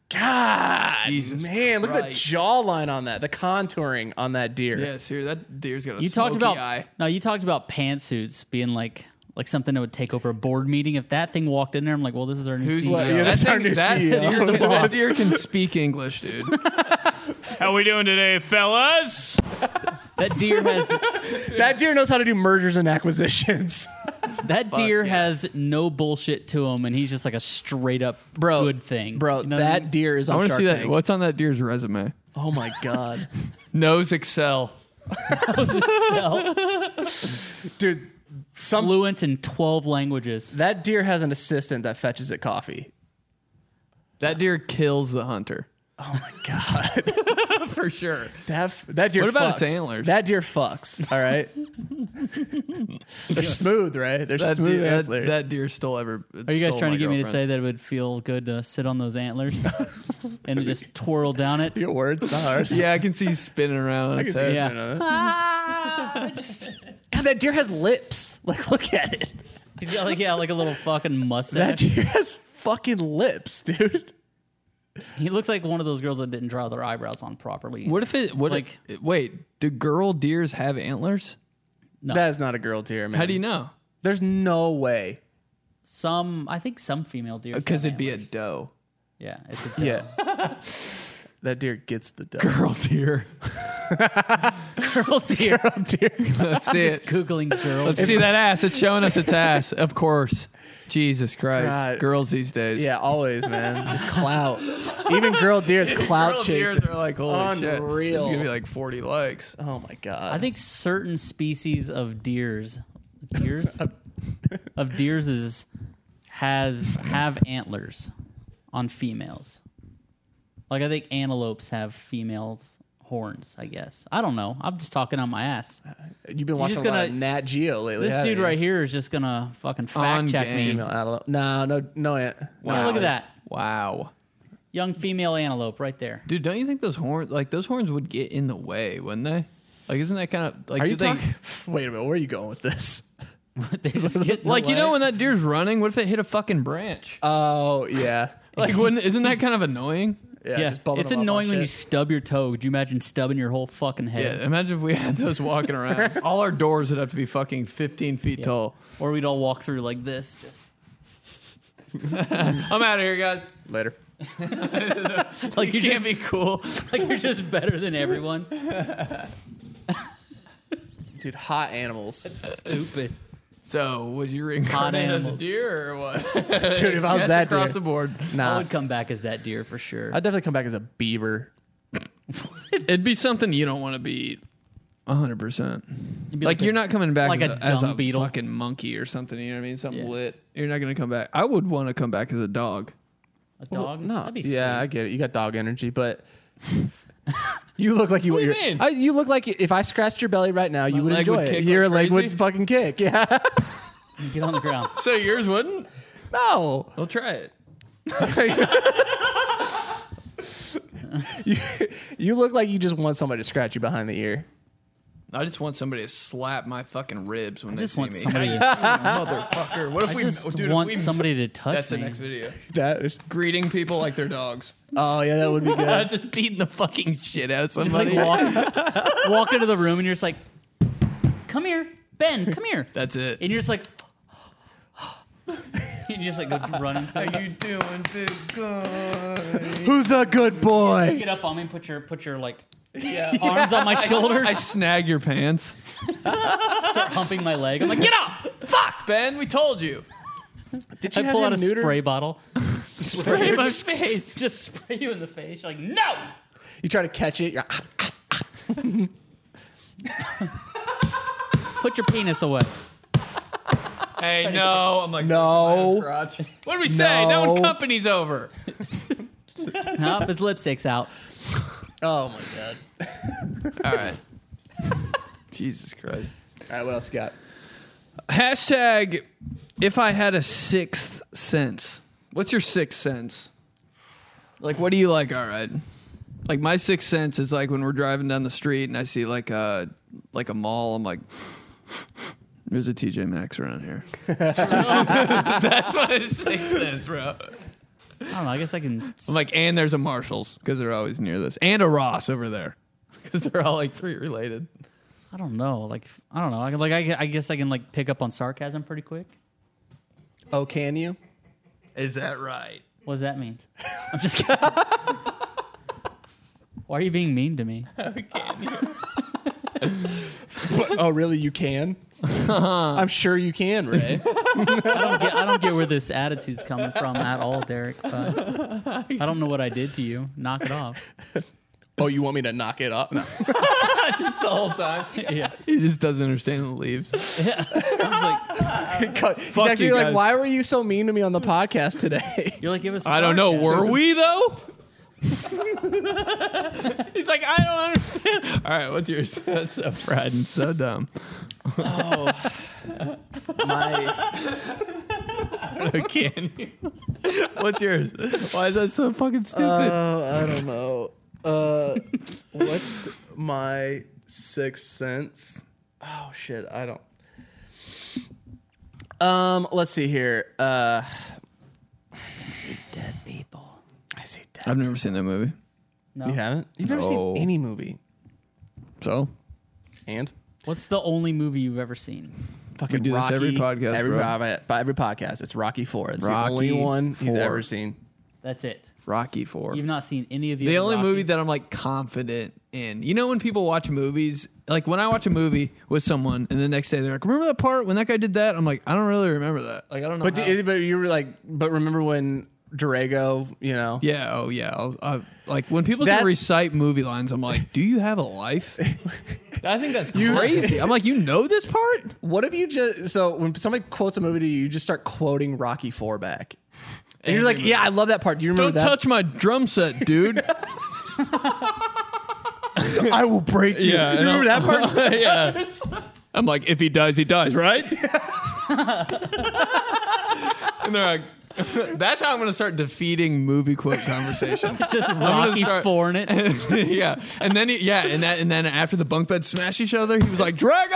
[SPEAKER 4] God,
[SPEAKER 1] Jesus
[SPEAKER 4] man, look at the
[SPEAKER 1] Christ.
[SPEAKER 4] jawline on that, the contouring on that deer.
[SPEAKER 1] Yeah, sir, that deer's got a
[SPEAKER 2] You talked
[SPEAKER 1] smoky
[SPEAKER 2] about
[SPEAKER 1] eye.
[SPEAKER 2] no, you talked about pantsuits being like like something that would take over a board meeting. If that thing walked in there, I'm like, well, this is our new E
[SPEAKER 1] Who's
[SPEAKER 2] CEO.
[SPEAKER 4] Well, yeah, that's
[SPEAKER 1] that
[SPEAKER 4] our
[SPEAKER 1] thing-
[SPEAKER 4] new
[SPEAKER 1] that
[SPEAKER 4] CEO.
[SPEAKER 1] deer-
[SPEAKER 4] The
[SPEAKER 1] that
[SPEAKER 4] boss.
[SPEAKER 1] deer can speak English, dude.
[SPEAKER 3] How we doing today, fellas?
[SPEAKER 2] That deer has
[SPEAKER 4] That deer knows how to do mergers and acquisitions.
[SPEAKER 2] that deer
[SPEAKER 1] yeah.
[SPEAKER 2] has no bullshit to him, and he's just like a straight up
[SPEAKER 4] Bro,
[SPEAKER 2] good thing,
[SPEAKER 4] bro.
[SPEAKER 2] You know what I
[SPEAKER 4] that
[SPEAKER 2] mean?
[SPEAKER 4] deer is.
[SPEAKER 1] I
[SPEAKER 4] On
[SPEAKER 1] want to
[SPEAKER 4] Shark
[SPEAKER 1] see that.
[SPEAKER 4] Tank.
[SPEAKER 1] What's on that deer's resume?
[SPEAKER 4] Oh my god,
[SPEAKER 1] Knows Excel.
[SPEAKER 4] dude. Some
[SPEAKER 2] fluent in twelve languages.
[SPEAKER 4] that deer has an assistant that fetches it coffee.
[SPEAKER 1] That deer kills the hunter
[SPEAKER 4] God.
[SPEAKER 1] for sure.
[SPEAKER 4] That that deer.
[SPEAKER 1] What about
[SPEAKER 4] fucks.
[SPEAKER 1] its antlers?
[SPEAKER 4] That deer fucks. All right. They're smooth, right? They're
[SPEAKER 1] That
[SPEAKER 4] smooth
[SPEAKER 1] deer, that,
[SPEAKER 4] antlers.
[SPEAKER 1] that deer stole ever.
[SPEAKER 2] Are you guys trying to get me to say that it would feel good to sit on those antlers and just twirl down it?
[SPEAKER 4] Your words, not ours.
[SPEAKER 1] Yeah, I can see you spinning around. On its
[SPEAKER 4] see
[SPEAKER 1] head.
[SPEAKER 4] you.
[SPEAKER 2] Yeah,
[SPEAKER 4] God, that deer has lips. Like, look at it.
[SPEAKER 2] he's got like yeah, like a little fucking mustache.
[SPEAKER 4] That deer has fucking lips, dude.
[SPEAKER 2] He looks like one of those girls that didn't draw their eyebrows on properly.
[SPEAKER 1] What if it? What
[SPEAKER 2] Like-
[SPEAKER 1] if- wait, do girl deers have antlers?
[SPEAKER 4] That is not a girl tear, man.
[SPEAKER 1] How do you know?
[SPEAKER 4] There's no way.
[SPEAKER 2] Some, I think some female deer.
[SPEAKER 1] Because it'd be a doe.
[SPEAKER 2] yeah, it's a
[SPEAKER 4] Yeah. that deer gets the dough.
[SPEAKER 1] Girl deer.
[SPEAKER 2] girl deer.
[SPEAKER 1] Let's see it.
[SPEAKER 2] Googling girls.
[SPEAKER 1] Let's see that ass. It's showing us its ass. Of course. Jesus Christ.
[SPEAKER 4] God.
[SPEAKER 1] Girls these days.
[SPEAKER 4] Yeah, always, man. Just clout. Even girl deer's clout
[SPEAKER 1] Girl
[SPEAKER 4] chasing.
[SPEAKER 1] deers are like, holy shit.
[SPEAKER 4] Unreal.
[SPEAKER 1] It's going to be like 40 likes.
[SPEAKER 4] Oh my god.
[SPEAKER 2] I think certain species of deers, deers, of deers is has have antlers on females. Like I think antelopes have female horns. I guess I don't know. I'm just talking on my ass.
[SPEAKER 4] You've been watching
[SPEAKER 2] just
[SPEAKER 4] a lot of
[SPEAKER 2] gonna-
[SPEAKER 4] Nat Geo lately.
[SPEAKER 2] This
[SPEAKER 4] haven't
[SPEAKER 2] dude
[SPEAKER 4] you?
[SPEAKER 2] right here is just gonna fucking fact
[SPEAKER 1] On
[SPEAKER 2] check
[SPEAKER 1] game.
[SPEAKER 2] me.
[SPEAKER 4] Female antelope. No, no, no. Aunt.
[SPEAKER 2] Wow. look at that.
[SPEAKER 1] Wow.
[SPEAKER 2] Young female antelope right there.
[SPEAKER 1] Dude, don't you think those horns, like, those horns would get in the way, wouldn't they? Like, isn't that kind of, like,
[SPEAKER 4] Are
[SPEAKER 1] do
[SPEAKER 4] you
[SPEAKER 1] they,
[SPEAKER 4] talking? Wait a minute. Where are you going with this?
[SPEAKER 2] they just get in the
[SPEAKER 1] like, you
[SPEAKER 2] way.
[SPEAKER 1] know, when that deer's running, what if it hit a fucking branch?
[SPEAKER 4] Oh yeah.
[SPEAKER 1] like, wouldn't, isn't that kind of annoying?
[SPEAKER 4] Yeah.
[SPEAKER 2] yeah,
[SPEAKER 4] just bumping
[SPEAKER 2] it's
[SPEAKER 4] them up on
[SPEAKER 2] annoying when you
[SPEAKER 4] shit.
[SPEAKER 2] stub your toe. Could you imagine stubbing your whole fucking
[SPEAKER 1] Yeah,
[SPEAKER 2] head?
[SPEAKER 1] imagine if we had those walking around. All our doors would have to be fucking 15 feet tall.
[SPEAKER 2] Or we'd all walk through like this, just.
[SPEAKER 1] I'm out of here, guys.
[SPEAKER 4] later.
[SPEAKER 2] Like you
[SPEAKER 1] Can't be cool.
[SPEAKER 2] like you're just better than everyone.
[SPEAKER 4] Dude, hot animals.
[SPEAKER 2] Stupid.
[SPEAKER 1] So, would you reincarnate as a
[SPEAKER 2] animals.
[SPEAKER 1] deer or what?
[SPEAKER 4] Dude, if I was
[SPEAKER 1] yes,
[SPEAKER 4] that
[SPEAKER 1] across
[SPEAKER 4] deer,
[SPEAKER 1] the board.
[SPEAKER 2] I
[SPEAKER 4] nah,
[SPEAKER 2] would come back as that deer for sure.
[SPEAKER 4] I'd definitely come back as a beaver.
[SPEAKER 1] It'd be something you don't want to be 100%.
[SPEAKER 2] You'd be
[SPEAKER 1] Like,
[SPEAKER 2] a-
[SPEAKER 1] you're not coming back
[SPEAKER 2] like
[SPEAKER 1] as
[SPEAKER 2] a
[SPEAKER 1] as
[SPEAKER 2] dung beetle.
[SPEAKER 1] fucking monkey or something, you know what I mean? Something
[SPEAKER 2] Yeah.
[SPEAKER 1] lit. You're not going to come back. I would want to come back as a dog.
[SPEAKER 2] a dog.
[SPEAKER 4] No,
[SPEAKER 2] That'd be
[SPEAKER 4] yeah, I
[SPEAKER 2] sweet.
[SPEAKER 4] get it. You got dog energy, but you look like you.
[SPEAKER 1] What do you
[SPEAKER 4] you're-
[SPEAKER 1] mean?
[SPEAKER 4] I, you look like if I scratched your belly right now, you would
[SPEAKER 1] leg
[SPEAKER 4] enjoy
[SPEAKER 1] would
[SPEAKER 4] it.
[SPEAKER 1] kick
[SPEAKER 4] Your
[SPEAKER 1] like
[SPEAKER 4] leg
[SPEAKER 1] crazy?
[SPEAKER 4] would fucking kick. Yeah.
[SPEAKER 2] Get on the ground.
[SPEAKER 1] So, yours wouldn't?
[SPEAKER 4] no.
[SPEAKER 1] I'll try it.
[SPEAKER 4] you, you look like you just want somebody to scratch you behind the ear.
[SPEAKER 1] I just want somebody to slap my fucking ribs when
[SPEAKER 2] I
[SPEAKER 1] they
[SPEAKER 2] just
[SPEAKER 1] see
[SPEAKER 2] want
[SPEAKER 1] me.
[SPEAKER 2] somebody.
[SPEAKER 1] Motherfucker. What if
[SPEAKER 2] I
[SPEAKER 1] we
[SPEAKER 2] just
[SPEAKER 1] dude, if
[SPEAKER 2] want
[SPEAKER 1] we-
[SPEAKER 2] somebody to touch
[SPEAKER 1] That's the
[SPEAKER 2] me.
[SPEAKER 1] next video.
[SPEAKER 4] That is.
[SPEAKER 1] Greeting people like they're dogs.
[SPEAKER 4] Oh yeah, that would be good.
[SPEAKER 1] just beating the fucking shit out of
[SPEAKER 2] Just like walk, walk into the room and you're just like, "Come here, Ben. Come here."
[SPEAKER 1] That's it.
[SPEAKER 2] and you're just like, and you just like go running. To him.
[SPEAKER 1] How you doing, big guy?
[SPEAKER 4] Who's a good boy?
[SPEAKER 2] Get up on me. and Put your put your like
[SPEAKER 1] Yeah.
[SPEAKER 2] arms on my shoulders.
[SPEAKER 1] I snag your pants.
[SPEAKER 2] start humping my leg. I'm like, "Get up!"
[SPEAKER 1] Fuck, Ben, we told you.
[SPEAKER 4] Did
[SPEAKER 2] I pull out a
[SPEAKER 4] him neutered?
[SPEAKER 2] spray bottle.
[SPEAKER 1] Spray my face.
[SPEAKER 2] Just spray you in the face. You're like, "No."
[SPEAKER 4] You try to catch it. You're, ah,
[SPEAKER 2] Put your penis away.
[SPEAKER 1] Hey, no. I'm like,
[SPEAKER 4] no.
[SPEAKER 1] crotch. What did we say? No.
[SPEAKER 4] No.
[SPEAKER 1] one company's over.
[SPEAKER 2] Nope, his lipstick's out.
[SPEAKER 4] Oh my god.
[SPEAKER 1] All right. Jesus Christ.
[SPEAKER 4] All right, what else you got?
[SPEAKER 1] Hashtag if I had a sixth sense. What's your sixth sense? Like, what do you like? All right. Like my sixth sense is like when we're driving down the street and I see like a like a mall. I'm like, there's a TJ Maxx around here. That's my sixth sense, bro.
[SPEAKER 2] I don't know. I guess I can.
[SPEAKER 1] I'm like, and there's a Marshalls because they're always near this, and a Ross over there because they're all like three related.
[SPEAKER 2] I don't know. Like I don't know. I can, like I, can- I guess I can like pick up on sarcasm pretty quick.
[SPEAKER 4] Oh, can you?
[SPEAKER 1] Is that right?
[SPEAKER 2] What does that mean? I'm just kidding. Why are you being mean to me?
[SPEAKER 4] oh, really? You can? I'm sure you can, Ray.
[SPEAKER 2] I don't get. I don't get where this attitude's coming from at all, Derek. But I don't know what I did to you. Knock it off.
[SPEAKER 4] oh, you want me to knock it off? No.
[SPEAKER 1] Just the whole time.
[SPEAKER 2] Yeah.
[SPEAKER 1] He just doesn't understand the leaves.
[SPEAKER 2] I was like,
[SPEAKER 1] Fuck you
[SPEAKER 4] like,
[SPEAKER 1] guys.
[SPEAKER 4] why were you so mean to me on the podcast today?
[SPEAKER 2] you're like it was.
[SPEAKER 1] I don't know.
[SPEAKER 2] sarcasm.
[SPEAKER 1] Were we though? He's like, I don't understand. All right, what's yours? That's so fried and so dumb.
[SPEAKER 4] My,
[SPEAKER 1] Can you? What's yours? Why is that so fucking stupid?
[SPEAKER 4] I don't know. Uh, what's my sixth sense? Oh shit, I don't. Um, let's see here. Uh,
[SPEAKER 2] See dead people.
[SPEAKER 4] I see that.
[SPEAKER 1] I've never seen that movie.
[SPEAKER 2] No.
[SPEAKER 4] You haven't? You've never
[SPEAKER 1] No.
[SPEAKER 4] seen any movie.
[SPEAKER 1] So
[SPEAKER 4] And
[SPEAKER 2] What's the only movie you've ever seen?
[SPEAKER 4] fucking
[SPEAKER 1] do this
[SPEAKER 4] Rocky,
[SPEAKER 1] every podcast,
[SPEAKER 4] Every,
[SPEAKER 1] bro.
[SPEAKER 4] pod- by every podcast, it's Rocky Four. It's
[SPEAKER 1] Rocky
[SPEAKER 4] the only one he's
[SPEAKER 1] Four.
[SPEAKER 4] ever seen.
[SPEAKER 2] That's it.
[SPEAKER 1] Rocky Four.
[SPEAKER 2] You've not seen any of the
[SPEAKER 1] the
[SPEAKER 2] other
[SPEAKER 1] only
[SPEAKER 2] Rockies?
[SPEAKER 1] movie that I'm like confident in. You know when people watch movies, like when I watch a movie with someone, and the next day they're like, "Remember that part when that guy did that?" I'm like, "I don't really remember that. Like, I don't know."
[SPEAKER 4] But
[SPEAKER 1] how-
[SPEAKER 4] do, but you were like, but remember when Drago? You know,
[SPEAKER 1] yeah, oh yeah, I'll- I, like when people
[SPEAKER 4] That's-
[SPEAKER 1] can recite movie lines, I'm like, "Do you have a life?" I think that's crazy. I'm like, "You know this part?"
[SPEAKER 4] What if you just so when somebody quotes a movie to you, you just start quoting Rocky Four back, and you're like, yeah, I love that part. Do you
[SPEAKER 1] Don't
[SPEAKER 4] remember
[SPEAKER 1] touch my drum set, dude.
[SPEAKER 4] that? I will break you.
[SPEAKER 1] Yeah,
[SPEAKER 4] you
[SPEAKER 1] and
[SPEAKER 4] remember that
[SPEAKER 1] I'll-
[SPEAKER 4] part?
[SPEAKER 1] yeah. I'm like, if he dies, he dies, right? and they're like, that's how I'm going to start defeating movie quote conversations.
[SPEAKER 2] just Rocky
[SPEAKER 1] start-
[SPEAKER 2] Four in it.
[SPEAKER 1] yeah, and then he, yeah, and that, and then after the bunk beds smash each other, he was like, Drago.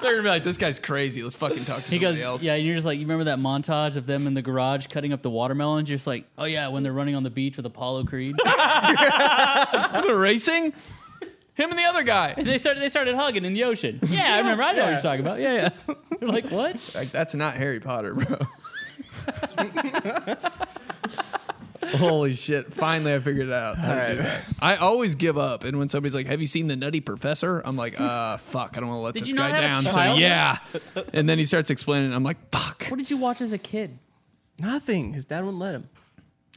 [SPEAKER 1] they're gonna be like, this guy's crazy. Let's fucking talk to
[SPEAKER 2] He
[SPEAKER 1] somebody
[SPEAKER 2] goes,
[SPEAKER 1] else.
[SPEAKER 2] yeah. And you're just like, you remember that montage of them in the garage cutting up the watermelons? You're just like, oh yeah, when they're running on the beach with Apollo Creed.
[SPEAKER 1] They're racing. Him and the other guy.
[SPEAKER 2] they started. They started hugging in the ocean. Yeah, I remember. I know what you're talking about. Yeah, yeah. You're like, what?
[SPEAKER 1] Like, that's not Harry Potter, bro. Holy shit. Finally, I figured it out. how to do that. I always give up. And when somebody's like, Have you seen The Nutty Professor? I'm like, Uh, fuck. I don't want to let
[SPEAKER 2] Did
[SPEAKER 1] this
[SPEAKER 2] you
[SPEAKER 1] guy
[SPEAKER 2] not have a
[SPEAKER 1] down. So,
[SPEAKER 2] child?
[SPEAKER 1] yeah. And then he starts explaining. I'm like, Fuck.
[SPEAKER 2] What did you watch as a kid?
[SPEAKER 4] Nothing. His dad wouldn't let him.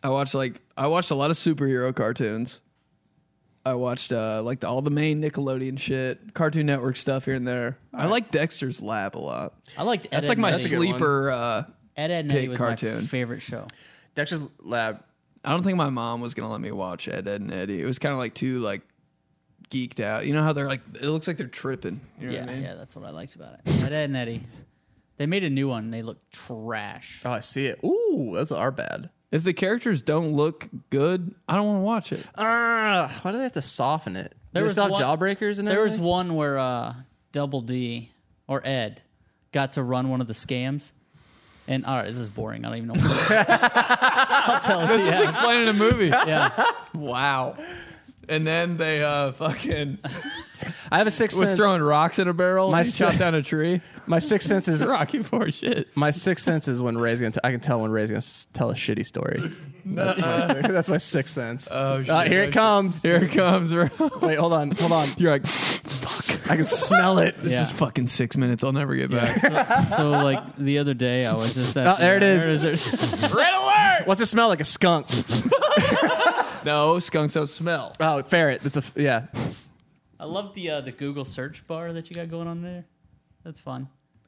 [SPEAKER 1] I watched like, I watched a lot of superhero cartoons. I watched uh, like the, all the main Nickelodeon shit, Cartoon Network stuff here and there. I like Dexter's Lab a lot.
[SPEAKER 2] I liked. Ed,
[SPEAKER 1] That's
[SPEAKER 2] Ed,
[SPEAKER 1] like my
[SPEAKER 2] and Eddie.
[SPEAKER 4] a good one.
[SPEAKER 1] sleeper. Uh,
[SPEAKER 2] Ed, Ed and
[SPEAKER 1] Pig
[SPEAKER 2] Eddie was
[SPEAKER 1] cartoon.
[SPEAKER 2] my favorite show.
[SPEAKER 4] Dexter's Lab.
[SPEAKER 1] I don't think my mom was gonna let me watch Ed, Ed and Eddie. It was kind of like too like geeked out. You know how they're like it looks like they're tripping. You know
[SPEAKER 2] Yeah,
[SPEAKER 1] what I mean?
[SPEAKER 2] yeah. That's what I liked about it. Ed, Ed and Eddie. They made a new one. and They look trash.
[SPEAKER 4] Oh, I see it. Ooh, those are bad.
[SPEAKER 1] If the characters don't look good, I don't want to watch it.
[SPEAKER 4] Ah, why do they have to soften it? There
[SPEAKER 2] was
[SPEAKER 4] was have
[SPEAKER 2] one-
[SPEAKER 4] jawbreakers and
[SPEAKER 2] There was
[SPEAKER 4] everything?
[SPEAKER 2] one where uh, Double D or Ed got to run one of the scams. And all right, this is boring. I don't even know. What I'll tell you.
[SPEAKER 1] Just
[SPEAKER 2] Yeah.
[SPEAKER 1] explaining a movie.
[SPEAKER 2] yeah.
[SPEAKER 1] Wow. And then they uh fucking
[SPEAKER 4] I have a sixth
[SPEAKER 1] was
[SPEAKER 4] sense.
[SPEAKER 1] throwing rocks at a barrel.
[SPEAKER 4] My
[SPEAKER 1] and he
[SPEAKER 4] si-
[SPEAKER 1] chopped down a tree.
[SPEAKER 4] My sixth sense is
[SPEAKER 1] Rocky Four shit.
[SPEAKER 4] my sixth sense is when Ray's gonna. T- I can tell when Ray's gonna s- tell a shitty story. That's, my, sixth- that's my sixth sense.
[SPEAKER 1] Oh, shit.
[SPEAKER 4] Ah, here it comes.
[SPEAKER 1] Here it comes. bro.
[SPEAKER 4] Wait, hold on, hold on.
[SPEAKER 1] You're like, fuck.
[SPEAKER 4] I can smell it.
[SPEAKER 1] This
[SPEAKER 2] Yeah.
[SPEAKER 1] is fucking six minutes. I'll never get back.
[SPEAKER 2] So, so, like the other day, I was just at
[SPEAKER 4] Oh,
[SPEAKER 2] the-
[SPEAKER 4] there it is.
[SPEAKER 2] There's-
[SPEAKER 1] Red alert!
[SPEAKER 4] What's it smell like? A skunk.
[SPEAKER 1] No, skunks don't smell.
[SPEAKER 4] Oh, ferret. It's a yeah.
[SPEAKER 2] I love the uh, the Google search bar that you got going on there. That's fun.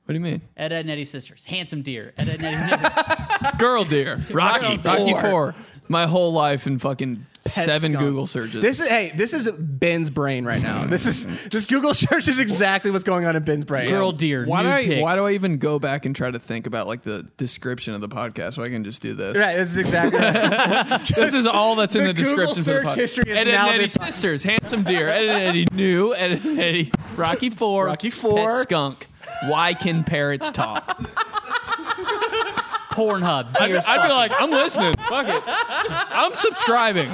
[SPEAKER 1] What do you mean?
[SPEAKER 2] Ed, Ed, and Eddie sisters, handsome deer. Ed, Ed, and Eddie.
[SPEAKER 1] Girl Deer, Rocky, Rocky
[SPEAKER 4] Four.
[SPEAKER 1] Four. My whole life in fucking seven
[SPEAKER 4] skunk.
[SPEAKER 1] Google searches.
[SPEAKER 4] This is hey. This is Ben's brain right now. This is this Google search is exactly what's going on in Ben's brain.
[SPEAKER 2] Girl deer.
[SPEAKER 1] why do
[SPEAKER 2] nude
[SPEAKER 1] I
[SPEAKER 2] pics.
[SPEAKER 1] why do I even go back and try to think about like the description of the podcast? So I can just do this.
[SPEAKER 4] Right. This is exactly. Right.
[SPEAKER 1] This is all that's in
[SPEAKER 4] The
[SPEAKER 1] the description for the
[SPEAKER 4] Google search
[SPEAKER 1] podcast.
[SPEAKER 4] history is
[SPEAKER 1] Ed, Ed,
[SPEAKER 4] now
[SPEAKER 1] and Eddie
[SPEAKER 4] been-
[SPEAKER 1] sisters, handsome deer. Ed, and Eddie new. Ed, and Eddie Rocky Four.
[SPEAKER 4] Rocky Four.
[SPEAKER 1] Pet skunk. Why can parrots talk?
[SPEAKER 2] Pornhub. Deer
[SPEAKER 1] I'd be like, I'm listening. Fuck it. I'm subscribing.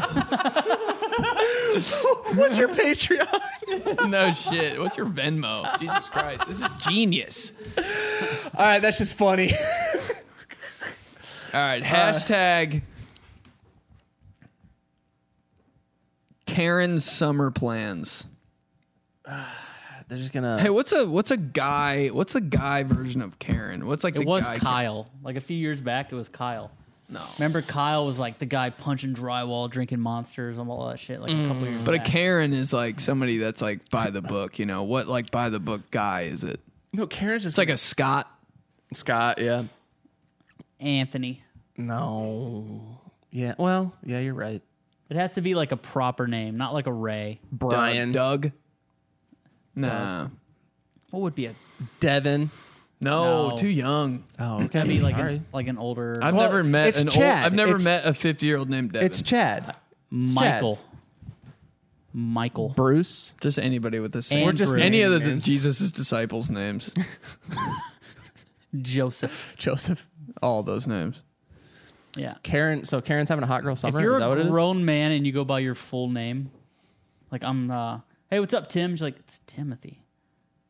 [SPEAKER 4] What's your Patreon?
[SPEAKER 1] No shit. What's your Venmo? Jesus Christ. This is genius.
[SPEAKER 4] All right, that's just funny.
[SPEAKER 1] All
[SPEAKER 4] Uh,
[SPEAKER 1] right, hashtag Karen's summer plans.
[SPEAKER 4] They're just gonna.
[SPEAKER 1] Hey, what's a what's a guy what's a guy version of Karen? What's like the
[SPEAKER 2] it was
[SPEAKER 1] guy
[SPEAKER 2] Kyle. Like a few years back, it was Kyle.
[SPEAKER 1] No,
[SPEAKER 2] Remember, Kyle was like the guy punching drywall, drinking monsters, and all that shit. Like a couple years.
[SPEAKER 1] but a
[SPEAKER 2] back.
[SPEAKER 1] Karen is like somebody that's like by the book. You know what like by the book guy is it?
[SPEAKER 4] no, Karen's just
[SPEAKER 1] It's like a Scott.
[SPEAKER 4] Scott. Yeah.
[SPEAKER 2] Anthony.
[SPEAKER 4] No. Yeah. Well. Yeah, you're right.
[SPEAKER 2] It has to be like a proper name, not like a Ray.
[SPEAKER 4] Brian.
[SPEAKER 1] Doug. Nah.
[SPEAKER 2] What would be a?
[SPEAKER 4] Devin.
[SPEAKER 1] No,
[SPEAKER 2] No.
[SPEAKER 1] too young.
[SPEAKER 4] Oh, it's
[SPEAKER 2] That'd be like an, like an older
[SPEAKER 1] I've
[SPEAKER 4] Well,
[SPEAKER 1] never met
[SPEAKER 4] it's
[SPEAKER 1] an old.
[SPEAKER 4] Chad.
[SPEAKER 1] I've never
[SPEAKER 4] It's-
[SPEAKER 1] met a fifty-year-old named Devin.
[SPEAKER 4] It's Chad.
[SPEAKER 2] Michael.
[SPEAKER 4] Chad's.
[SPEAKER 2] Michael.
[SPEAKER 4] Bruce.
[SPEAKER 1] just anybody with the
[SPEAKER 2] Or
[SPEAKER 1] same.
[SPEAKER 2] just Andrew.
[SPEAKER 1] any of the
[SPEAKER 4] names.
[SPEAKER 1] Jesus' disciples' names.
[SPEAKER 2] Joseph.
[SPEAKER 4] Joseph.
[SPEAKER 1] all those names.
[SPEAKER 2] Yeah.
[SPEAKER 4] Karen. So Karen's having a hot girl summer.
[SPEAKER 2] If you're
[SPEAKER 4] is that what
[SPEAKER 2] a
[SPEAKER 4] it is?
[SPEAKER 2] grown man and you go by your full name, like I'm, uh, hey, what's up, Tim? She's like, it's Timothy.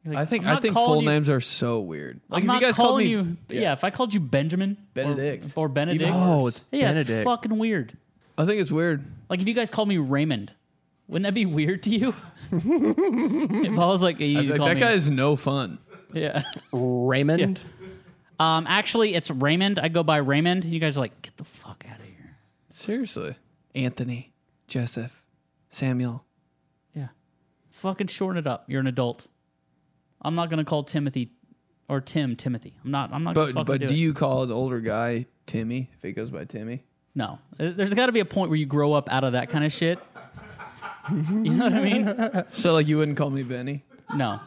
[SPEAKER 2] You're like,
[SPEAKER 1] I think
[SPEAKER 2] "I'm
[SPEAKER 1] I
[SPEAKER 2] not
[SPEAKER 1] think
[SPEAKER 2] calling
[SPEAKER 1] full
[SPEAKER 2] you-
[SPEAKER 1] names are so weird. Like
[SPEAKER 2] I'm
[SPEAKER 1] if
[SPEAKER 2] not
[SPEAKER 1] you guys
[SPEAKER 2] calling
[SPEAKER 1] called me
[SPEAKER 2] you. Yeah. if I called you Benjamin, or-
[SPEAKER 1] Benedict.
[SPEAKER 2] or, Benedict,
[SPEAKER 1] Even worse. Oh, it's
[SPEAKER 2] yeah, it's
[SPEAKER 1] Benedict.
[SPEAKER 2] fucking weird.
[SPEAKER 1] I think it's weird.
[SPEAKER 2] Like if you guys called me Raymond, wouldn't that be weird to you? if I was like, hey, you
[SPEAKER 1] Like,
[SPEAKER 2] call
[SPEAKER 1] that
[SPEAKER 2] me,
[SPEAKER 1] guy is no fun.
[SPEAKER 2] yeah.
[SPEAKER 4] Raymond.
[SPEAKER 2] Um, actually, it's Raymond. I go by Raymond. You guys are like, get the fuck out of here.
[SPEAKER 1] Seriously. Anthony, Joseph, Samuel.
[SPEAKER 2] Yeah, fucking shorten it up. You're an adult. I'm not gonna call Timothy or Tim Timothy. I'm not. I'm not. gonna
[SPEAKER 1] But
[SPEAKER 2] fucking
[SPEAKER 1] but
[SPEAKER 2] do,
[SPEAKER 1] do,
[SPEAKER 2] it.
[SPEAKER 1] you call an older guy Timmy if he goes by Timmy?
[SPEAKER 2] No, Uh, there's got to be a point where you grow up out of that kind of shit. you know what I mean?
[SPEAKER 1] So like you wouldn't call me Benny.
[SPEAKER 2] No.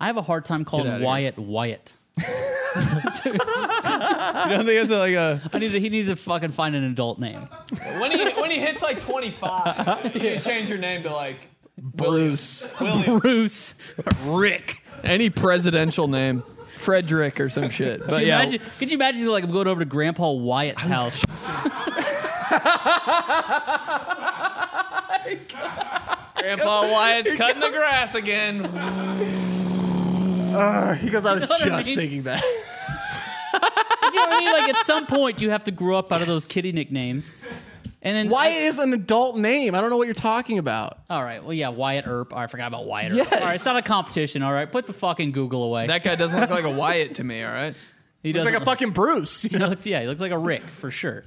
[SPEAKER 2] I have a hard time
[SPEAKER 1] Get
[SPEAKER 2] calling
[SPEAKER 1] outta
[SPEAKER 2] Wyatt Wyatt.
[SPEAKER 1] You don't think it's like a
[SPEAKER 2] I need to, he needs to fucking find an adult name.
[SPEAKER 3] when he when he hits like 25, you can change your name to like
[SPEAKER 1] Bruce,
[SPEAKER 3] William.
[SPEAKER 2] Bruce. Rick.
[SPEAKER 1] any presidential name, Frederick or some shit. But
[SPEAKER 2] Could you
[SPEAKER 1] yeah,
[SPEAKER 2] imagine, could you imagine like going over to Grandpa Wyatt's house?
[SPEAKER 3] Grandpa Wyatt's cutting the grass again.
[SPEAKER 4] Ah, He goes. I was
[SPEAKER 2] what I mean?
[SPEAKER 4] thinking that.
[SPEAKER 2] you know what I mean? Like at some point you have to grow up out of those kitty nicknames. And then
[SPEAKER 4] Wyatt is an adult name. I don't know what you're talking about.
[SPEAKER 2] all right, well yeah, Wyatt Earp. All right, I forgot about Wyatt Earp.
[SPEAKER 4] Yes.
[SPEAKER 2] All right, it's not a competition, all right. Put the fucking Google away.
[SPEAKER 1] that guy doesn't look like a Wyatt to me. All right,
[SPEAKER 2] he
[SPEAKER 4] He's
[SPEAKER 2] doesn't
[SPEAKER 4] like a fucking Bruce.
[SPEAKER 2] he looks, yeah, he looks like a Rick for sure.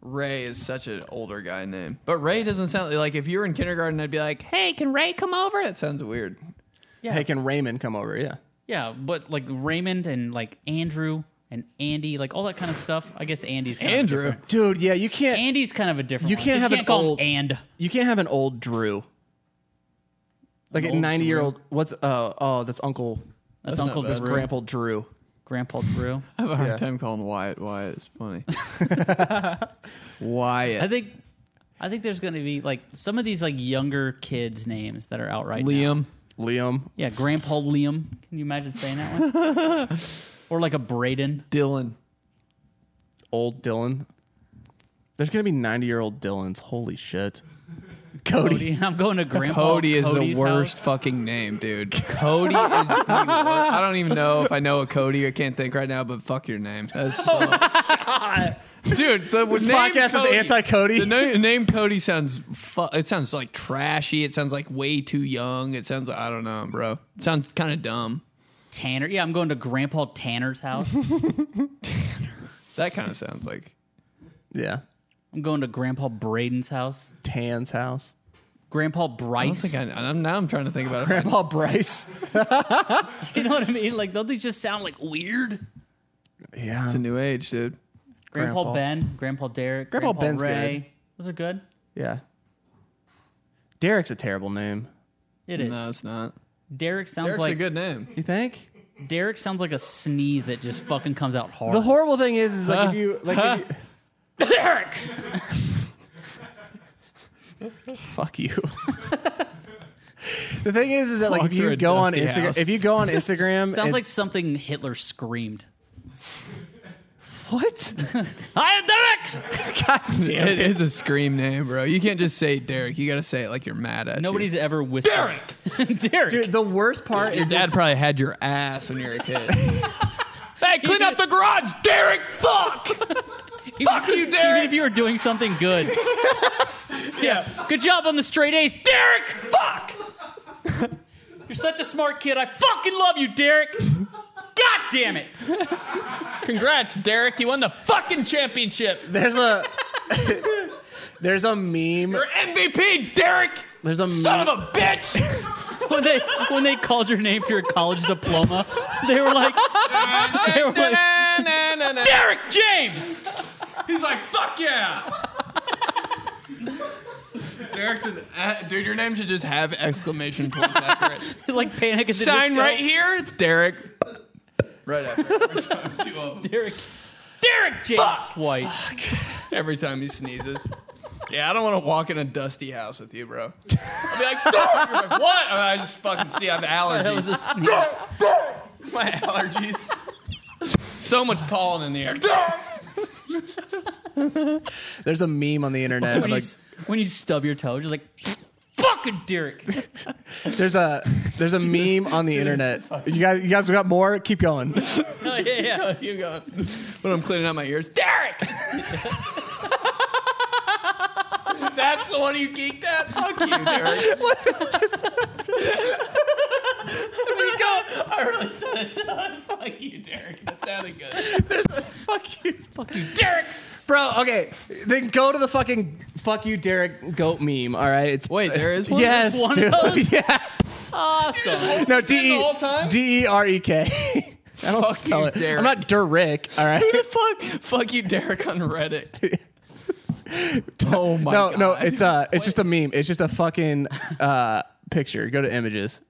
[SPEAKER 1] Ray is such an older guy name, but Ray doesn't sound like if you were in kindergarten, I'd be like, hey, can Ray come over? That sounds weird.
[SPEAKER 2] Yeah.
[SPEAKER 4] Hey, can Raymond come over? Yeah.
[SPEAKER 2] Yeah, but like Raymond and like Andrew and Andy, like all that kind of stuff. I guess Andy's kind Of
[SPEAKER 1] Andrew,
[SPEAKER 2] different.
[SPEAKER 4] Dude, yeah, you can't.
[SPEAKER 2] Andy's kind of a different.
[SPEAKER 4] You
[SPEAKER 2] one.
[SPEAKER 4] can't have
[SPEAKER 2] you
[SPEAKER 4] an
[SPEAKER 2] can't call him
[SPEAKER 4] old-
[SPEAKER 2] and.
[SPEAKER 4] You can't have an old Drew. Like
[SPEAKER 2] An
[SPEAKER 4] a
[SPEAKER 2] old
[SPEAKER 4] 90 year
[SPEAKER 2] Drew?
[SPEAKER 4] old. What's uh oh that's Uncle
[SPEAKER 2] That's,
[SPEAKER 1] not
[SPEAKER 2] Uncle
[SPEAKER 1] bad.
[SPEAKER 2] Drew.
[SPEAKER 4] Grandpa Drew.
[SPEAKER 2] Grandpa Drew.
[SPEAKER 1] I have a hard
[SPEAKER 4] Yeah.
[SPEAKER 1] time calling Wyatt Wyatt. It's funny.
[SPEAKER 2] I
[SPEAKER 1] Wyatt,
[SPEAKER 2] think. I think there's going to be like some of these like younger kids' names that are out right now.
[SPEAKER 1] Liam.
[SPEAKER 4] Liam.
[SPEAKER 2] Yeah, Grandpa Liam. Can you imagine saying that one? or like a Braden.
[SPEAKER 1] Dylan.
[SPEAKER 4] Old Dylan. There's gonna be 90 year old Dylans. Holy shit. Cody.
[SPEAKER 2] Cody. I'm going to Grandpa.
[SPEAKER 1] Cody is
[SPEAKER 2] Cody's
[SPEAKER 1] the worst
[SPEAKER 2] house.
[SPEAKER 1] fucking name, dude. Cody is the worst. I don't even know if I know a Cody. I can't think right now, but fuck your name. That's so... Dude, the this name
[SPEAKER 4] podcast is
[SPEAKER 1] Cody-
[SPEAKER 4] anti-Cody.
[SPEAKER 1] The na- name Cody sounds fu- it sounds like trashy. It sounds like way too young. It sounds I don't know, bro. It sounds kind of dumb.
[SPEAKER 2] Tanner. Yeah, I'm going to Grandpa Tanner's house.
[SPEAKER 1] That kind of sounds like
[SPEAKER 4] Yeah.
[SPEAKER 2] I'm going to Grandpa Braden's house.
[SPEAKER 4] Tan's house.
[SPEAKER 2] Grandpa
[SPEAKER 1] I don't
[SPEAKER 2] Bryce.
[SPEAKER 1] think I, I'm now I'm trying to think about it.
[SPEAKER 4] Grandpa Bryce.
[SPEAKER 2] You know what I mean? Like, don't these just sound like weird?
[SPEAKER 4] Yeah.
[SPEAKER 1] It's a new age, dude.
[SPEAKER 2] Grandpa,
[SPEAKER 4] Grandpa.
[SPEAKER 2] Ben, Grandpa Derek,
[SPEAKER 4] Grandpa
[SPEAKER 2] Grandpa,
[SPEAKER 4] Ben's
[SPEAKER 2] Ray. Those are good.
[SPEAKER 4] Yeah. Derek's a terrible name.
[SPEAKER 2] It is.
[SPEAKER 1] No, it's not.
[SPEAKER 2] Derek sounds
[SPEAKER 1] Derek's a
[SPEAKER 2] like
[SPEAKER 1] good name.
[SPEAKER 4] You think?
[SPEAKER 2] Derek sounds like a sneeze that just fucking comes out hard.
[SPEAKER 4] The horrible thing is, is like if you like if you,
[SPEAKER 2] Derek.
[SPEAKER 4] fuck you. the thing is, is that like
[SPEAKER 1] Walk
[SPEAKER 4] if
[SPEAKER 1] through a
[SPEAKER 4] you go on
[SPEAKER 1] dusty house.
[SPEAKER 4] Instagram, if you go on Instagram,
[SPEAKER 2] Sounds
[SPEAKER 4] and-
[SPEAKER 2] like something Hitler screamed.
[SPEAKER 4] what?
[SPEAKER 2] Hi, Derek.
[SPEAKER 4] God damn
[SPEAKER 1] It
[SPEAKER 4] it!
[SPEAKER 1] is a scream name, bro. You can't just say Derek. You got to say it like you're mad at. you.
[SPEAKER 2] Nobody's ever whispered. Derek. Derek.
[SPEAKER 4] Dude, the worst part
[SPEAKER 1] Your
[SPEAKER 4] is
[SPEAKER 1] dad probably had your ass when you were a kid.
[SPEAKER 3] Hey, clean up the garage, Derek. Fuck.
[SPEAKER 2] fuck
[SPEAKER 3] you, Derek.
[SPEAKER 2] Even if you were doing something good. yeah. Good job on the straight A's, Derek. Fuck. You're such a smart kid. I fucking love you, Derek. God damn it.
[SPEAKER 3] Congrats, Derek. You won the fucking championship.
[SPEAKER 4] there's a there's a meme.
[SPEAKER 3] You're MVP, Derek.
[SPEAKER 4] There's a
[SPEAKER 3] Son
[SPEAKER 4] meme.
[SPEAKER 3] of a bitch.
[SPEAKER 2] when they when they called your name for your college diploma, they were like, they were like Derek James.
[SPEAKER 3] He's like, fuck yeah.
[SPEAKER 1] Derek's an, uh, dude, your name should just have exclamation points after it.
[SPEAKER 2] like Panic at the
[SPEAKER 3] Sign
[SPEAKER 2] Disco.
[SPEAKER 3] right here. It's Derek.
[SPEAKER 1] Right after it.
[SPEAKER 2] Derek. Derek James
[SPEAKER 3] Fuck.
[SPEAKER 2] White.
[SPEAKER 1] Every time he sneezes. Yeah, I don't want to walk in a dusty house with you, bro. I'll be like, "Derek." You're like, what? I'm like, I just fucking see I have
[SPEAKER 2] That
[SPEAKER 1] allergies.
[SPEAKER 2] was a sneeze.
[SPEAKER 3] My allergies. so much pollen in the air.
[SPEAKER 4] There's a meme on the internet.
[SPEAKER 2] When,
[SPEAKER 4] of,
[SPEAKER 2] you,
[SPEAKER 4] like,
[SPEAKER 2] s- when you stub your toe, just like fucking Derek.
[SPEAKER 4] there's a there's a meme on the internet. You guys, you guys got more? Keep going.
[SPEAKER 2] oh, yeah, yeah.
[SPEAKER 3] you go. When I'm cleaning out my ears, Derek. That's the one you geeked at. Fuck you, Derek. go. I really said it. Fuck you, Derek. That sounded good.
[SPEAKER 4] Fuck you.
[SPEAKER 3] Derek.
[SPEAKER 4] Bro, okay. Then go to the fucking fuck you, Derek goat meme. All right, it's
[SPEAKER 1] Wait, there is one.
[SPEAKER 4] yes,
[SPEAKER 2] one of
[SPEAKER 4] dude.
[SPEAKER 2] those?
[SPEAKER 4] Yeah,
[SPEAKER 2] Awesome.
[SPEAKER 4] no,
[SPEAKER 3] It's in
[SPEAKER 4] D
[SPEAKER 3] the whole time?
[SPEAKER 4] D E R E K. I don't
[SPEAKER 1] Fuck
[SPEAKER 4] spell
[SPEAKER 1] you,
[SPEAKER 4] it.
[SPEAKER 1] Derek.
[SPEAKER 4] I'm not Derek. Oh All right.
[SPEAKER 3] Fuck. Fuck you, Derek on Reddit.
[SPEAKER 1] Oh my
[SPEAKER 4] no,
[SPEAKER 1] god.
[SPEAKER 4] no, it's uh, it's just a meme. It's just a fucking uh picture. Go to images.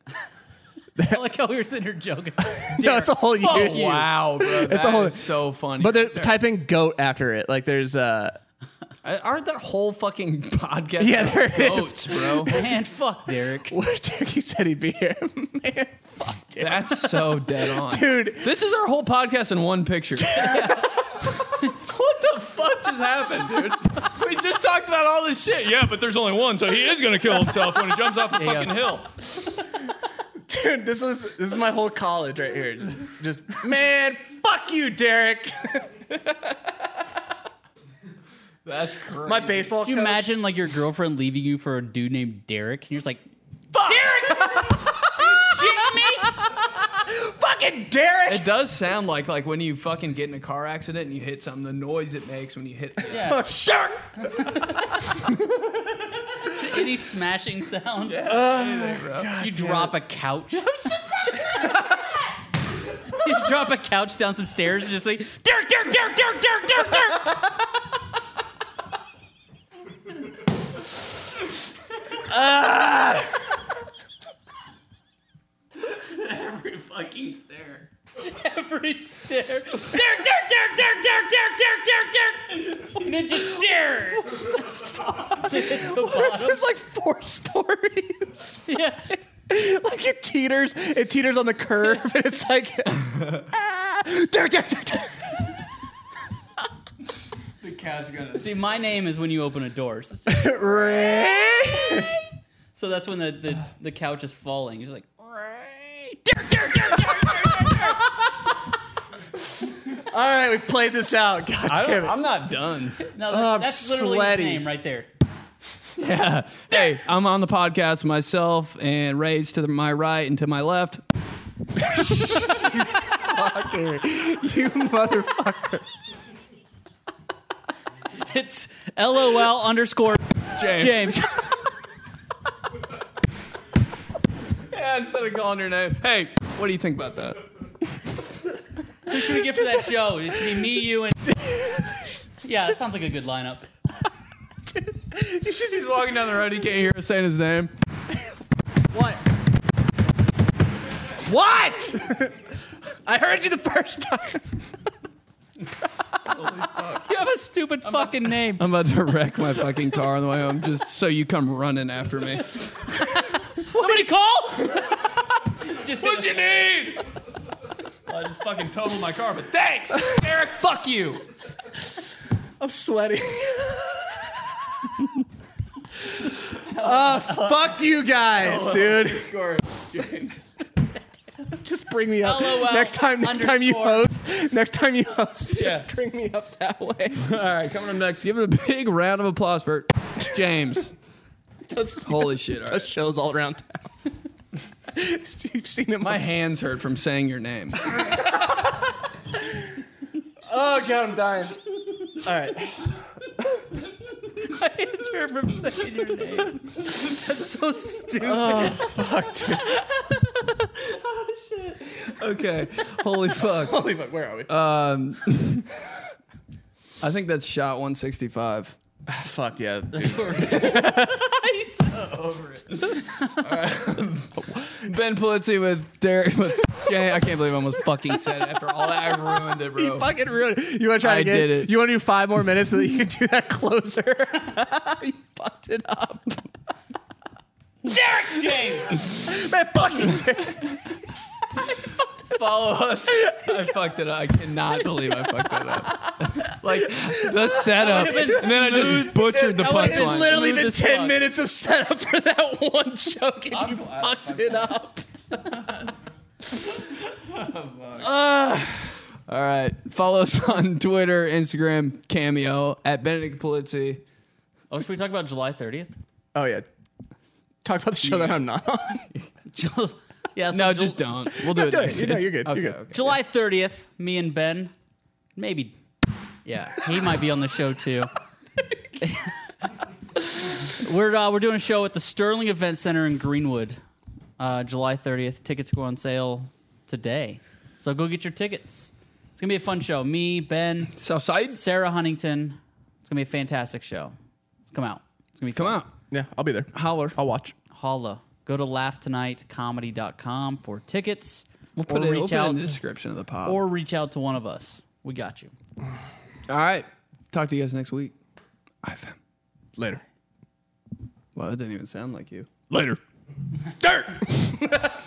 [SPEAKER 2] I like how we were sitting here joking.
[SPEAKER 4] No, it's a whole
[SPEAKER 2] Fuck
[SPEAKER 4] year.
[SPEAKER 2] you.
[SPEAKER 1] Oh, Wow, bro. That's
[SPEAKER 4] a whole-
[SPEAKER 1] so funny.
[SPEAKER 4] But they're
[SPEAKER 1] Derek.
[SPEAKER 4] typing goat after it. Like there's uh
[SPEAKER 1] Uh, Aren't there whole fucking podcast?
[SPEAKER 4] Yeah, there
[SPEAKER 1] about
[SPEAKER 4] is.
[SPEAKER 1] goats, bro.
[SPEAKER 2] Man, fuck Derek.
[SPEAKER 4] where Turkey said he'd be here. Man, fuck dude.
[SPEAKER 1] That's so dead on,
[SPEAKER 4] Dude.
[SPEAKER 1] This is our whole podcast in one picture. what the fuck just happened, dude? We just talked about all this shit.
[SPEAKER 3] Yeah, but there's only one, so he is gonna kill himself when he jumps off the
[SPEAKER 2] Yeah.
[SPEAKER 3] fucking hill.
[SPEAKER 4] Dude, this was this is my whole college right here. Just, just man, fuck you, Derek.
[SPEAKER 3] That's crazy.
[SPEAKER 4] My baseball
[SPEAKER 2] Could you
[SPEAKER 4] coach.
[SPEAKER 2] imagine like your girlfriend leaving you for a dude named Derek? And you're just like,
[SPEAKER 4] fucking Derek.
[SPEAKER 1] It does sound like like when you fucking get in a car accident and you hit something, the noise it makes when you hit.
[SPEAKER 2] yeah.
[SPEAKER 4] Derek.
[SPEAKER 2] It's any smashing sound. you drop a couch. you drop a couch down some stairs, just like Derek, Derek, Derek, Derek, Derek, Derek, Derek.
[SPEAKER 3] Every fucking stare.
[SPEAKER 2] Every stair. Derek, Derek, Derek, Derek, Derek, Derek, Derek, Derek, Derek. And then just Derek. It's the bottom.
[SPEAKER 4] It's like four stories.
[SPEAKER 2] Yeah.
[SPEAKER 4] like it teeters, it teeters on the curve, and it's like ah, Derek, Derek, Derek, Derek.
[SPEAKER 3] The cat's gonna.
[SPEAKER 2] See, my name is when you open a door. So-
[SPEAKER 4] Ray.
[SPEAKER 2] So that's when the, the, the couch is falling. He's like, "Ray."
[SPEAKER 4] All right, we played this out. God
[SPEAKER 3] I
[SPEAKER 4] damn
[SPEAKER 3] don't,
[SPEAKER 4] it.
[SPEAKER 3] I'm not done.
[SPEAKER 2] No,
[SPEAKER 4] Oh, I'm
[SPEAKER 2] that's, that's literally
[SPEAKER 4] sweaty.
[SPEAKER 2] his name right there.
[SPEAKER 1] Hey, I'm on the podcast with myself and Ray's to the, my right and to my left.
[SPEAKER 4] you motherfucker.
[SPEAKER 2] It's LOL underscore
[SPEAKER 3] James.
[SPEAKER 2] James.
[SPEAKER 3] Yeah, instead of calling your name. Hey, what do you think about that?
[SPEAKER 2] Who should we get for that show? It should be me, you, and yeah, that sounds like a good lineup.
[SPEAKER 3] He's walking down the road. He can't hear us saying his name.
[SPEAKER 4] What? What? I heard you the first time.
[SPEAKER 2] You have a stupid fucking name.
[SPEAKER 1] I'm about to wreck my fucking car on the way home just so you come running after me.
[SPEAKER 2] Somebody call. Just hit
[SPEAKER 3] What you
[SPEAKER 2] the-
[SPEAKER 3] need? I just fucking totaled my car, but thanks, Eric. Fuck you.
[SPEAKER 4] I'm sweating. uh, fuck you guys, dude.
[SPEAKER 3] Score, James.
[SPEAKER 4] Just bring me up
[SPEAKER 2] LOL
[SPEAKER 4] next time. Next time you host.
[SPEAKER 2] underscore.
[SPEAKER 4] Next time you host. Just
[SPEAKER 3] Yeah.
[SPEAKER 4] bring me up that way.
[SPEAKER 1] All right, coming up next, give it a big round of applause for James.
[SPEAKER 4] Does
[SPEAKER 1] Holy shit. All
[SPEAKER 4] does
[SPEAKER 1] right.
[SPEAKER 4] shows all around town. You've seen him.
[SPEAKER 1] My hands hurt from saying your name.
[SPEAKER 4] oh god, I'm dying. All right.
[SPEAKER 2] I answer from saying your name. That's so stupid.
[SPEAKER 1] Okay. Holy fuck.
[SPEAKER 4] Holy fuck, where are we?
[SPEAKER 1] Um, I think that's shot 165.
[SPEAKER 4] fuck yeah, dude.
[SPEAKER 1] Ben Polizzi with Derek. With Jay. I can't believe I almost fucking said it after all that. I ruined it,
[SPEAKER 4] You
[SPEAKER 1] bro.
[SPEAKER 4] fucking ruined it. You want to try
[SPEAKER 1] I
[SPEAKER 4] again?
[SPEAKER 1] did it.
[SPEAKER 4] You want to do five more minutes so that you can do that closer? you fucked it up.
[SPEAKER 2] James.
[SPEAKER 4] Man, fuck you, Derek. I fucked
[SPEAKER 1] Follow us. I fucked it up. I cannot believe I fucked that up. like the setup,
[SPEAKER 2] would've
[SPEAKER 1] and
[SPEAKER 2] been
[SPEAKER 1] then I just butchered the
[SPEAKER 2] That would've been
[SPEAKER 1] punchline.
[SPEAKER 2] lit-
[SPEAKER 5] Literally
[SPEAKER 2] Smooth
[SPEAKER 5] been
[SPEAKER 2] as
[SPEAKER 5] 10
[SPEAKER 2] fuck.
[SPEAKER 5] minutes of setup for that one joke and you
[SPEAKER 3] glad I
[SPEAKER 5] fucked it up.
[SPEAKER 1] All right, follow us on Twitter, Instagram, Cameo at Benedict Polizzi.
[SPEAKER 2] Oh, should we talk about July 30th?
[SPEAKER 5] Oh, yeah. Talk about the show that I'm not on.
[SPEAKER 2] Jul- yeah, so
[SPEAKER 1] No,
[SPEAKER 2] Jul-
[SPEAKER 1] just don't. We'll do it.
[SPEAKER 5] do it.
[SPEAKER 1] next
[SPEAKER 5] You know,
[SPEAKER 1] year.
[SPEAKER 5] you're good. You're
[SPEAKER 1] Okay,
[SPEAKER 5] good.
[SPEAKER 1] okay.
[SPEAKER 2] July 30th, me and Ben, maybe, yeah, he might be on the show too. we're uh, we're doing a show at the Sterling Event Center in Greenwood, uh, July 30th. Tickets go on sale today, so go get your tickets. It's gonna be a fun show. Me, Ben,
[SPEAKER 1] Southside,
[SPEAKER 2] Sarah Huntington. It's gonna be a fantastic show. Come out. It's gonna be
[SPEAKER 1] come
[SPEAKER 2] fun.
[SPEAKER 1] out,
[SPEAKER 5] Yeah, I'll be there.
[SPEAKER 1] holler.
[SPEAKER 5] I'll watch.
[SPEAKER 2] Holla. Go to laughtonight.comedy.com for tickets.
[SPEAKER 1] We'll put it, we'll
[SPEAKER 2] reach
[SPEAKER 1] put it in
[SPEAKER 2] out
[SPEAKER 1] the description of the pod.
[SPEAKER 2] or reach out to one of us. We got you.
[SPEAKER 1] All right, talk to you guys next week. IFM.
[SPEAKER 5] Later.
[SPEAKER 1] Well, it didn't even sound like you.
[SPEAKER 5] Later. Dirt!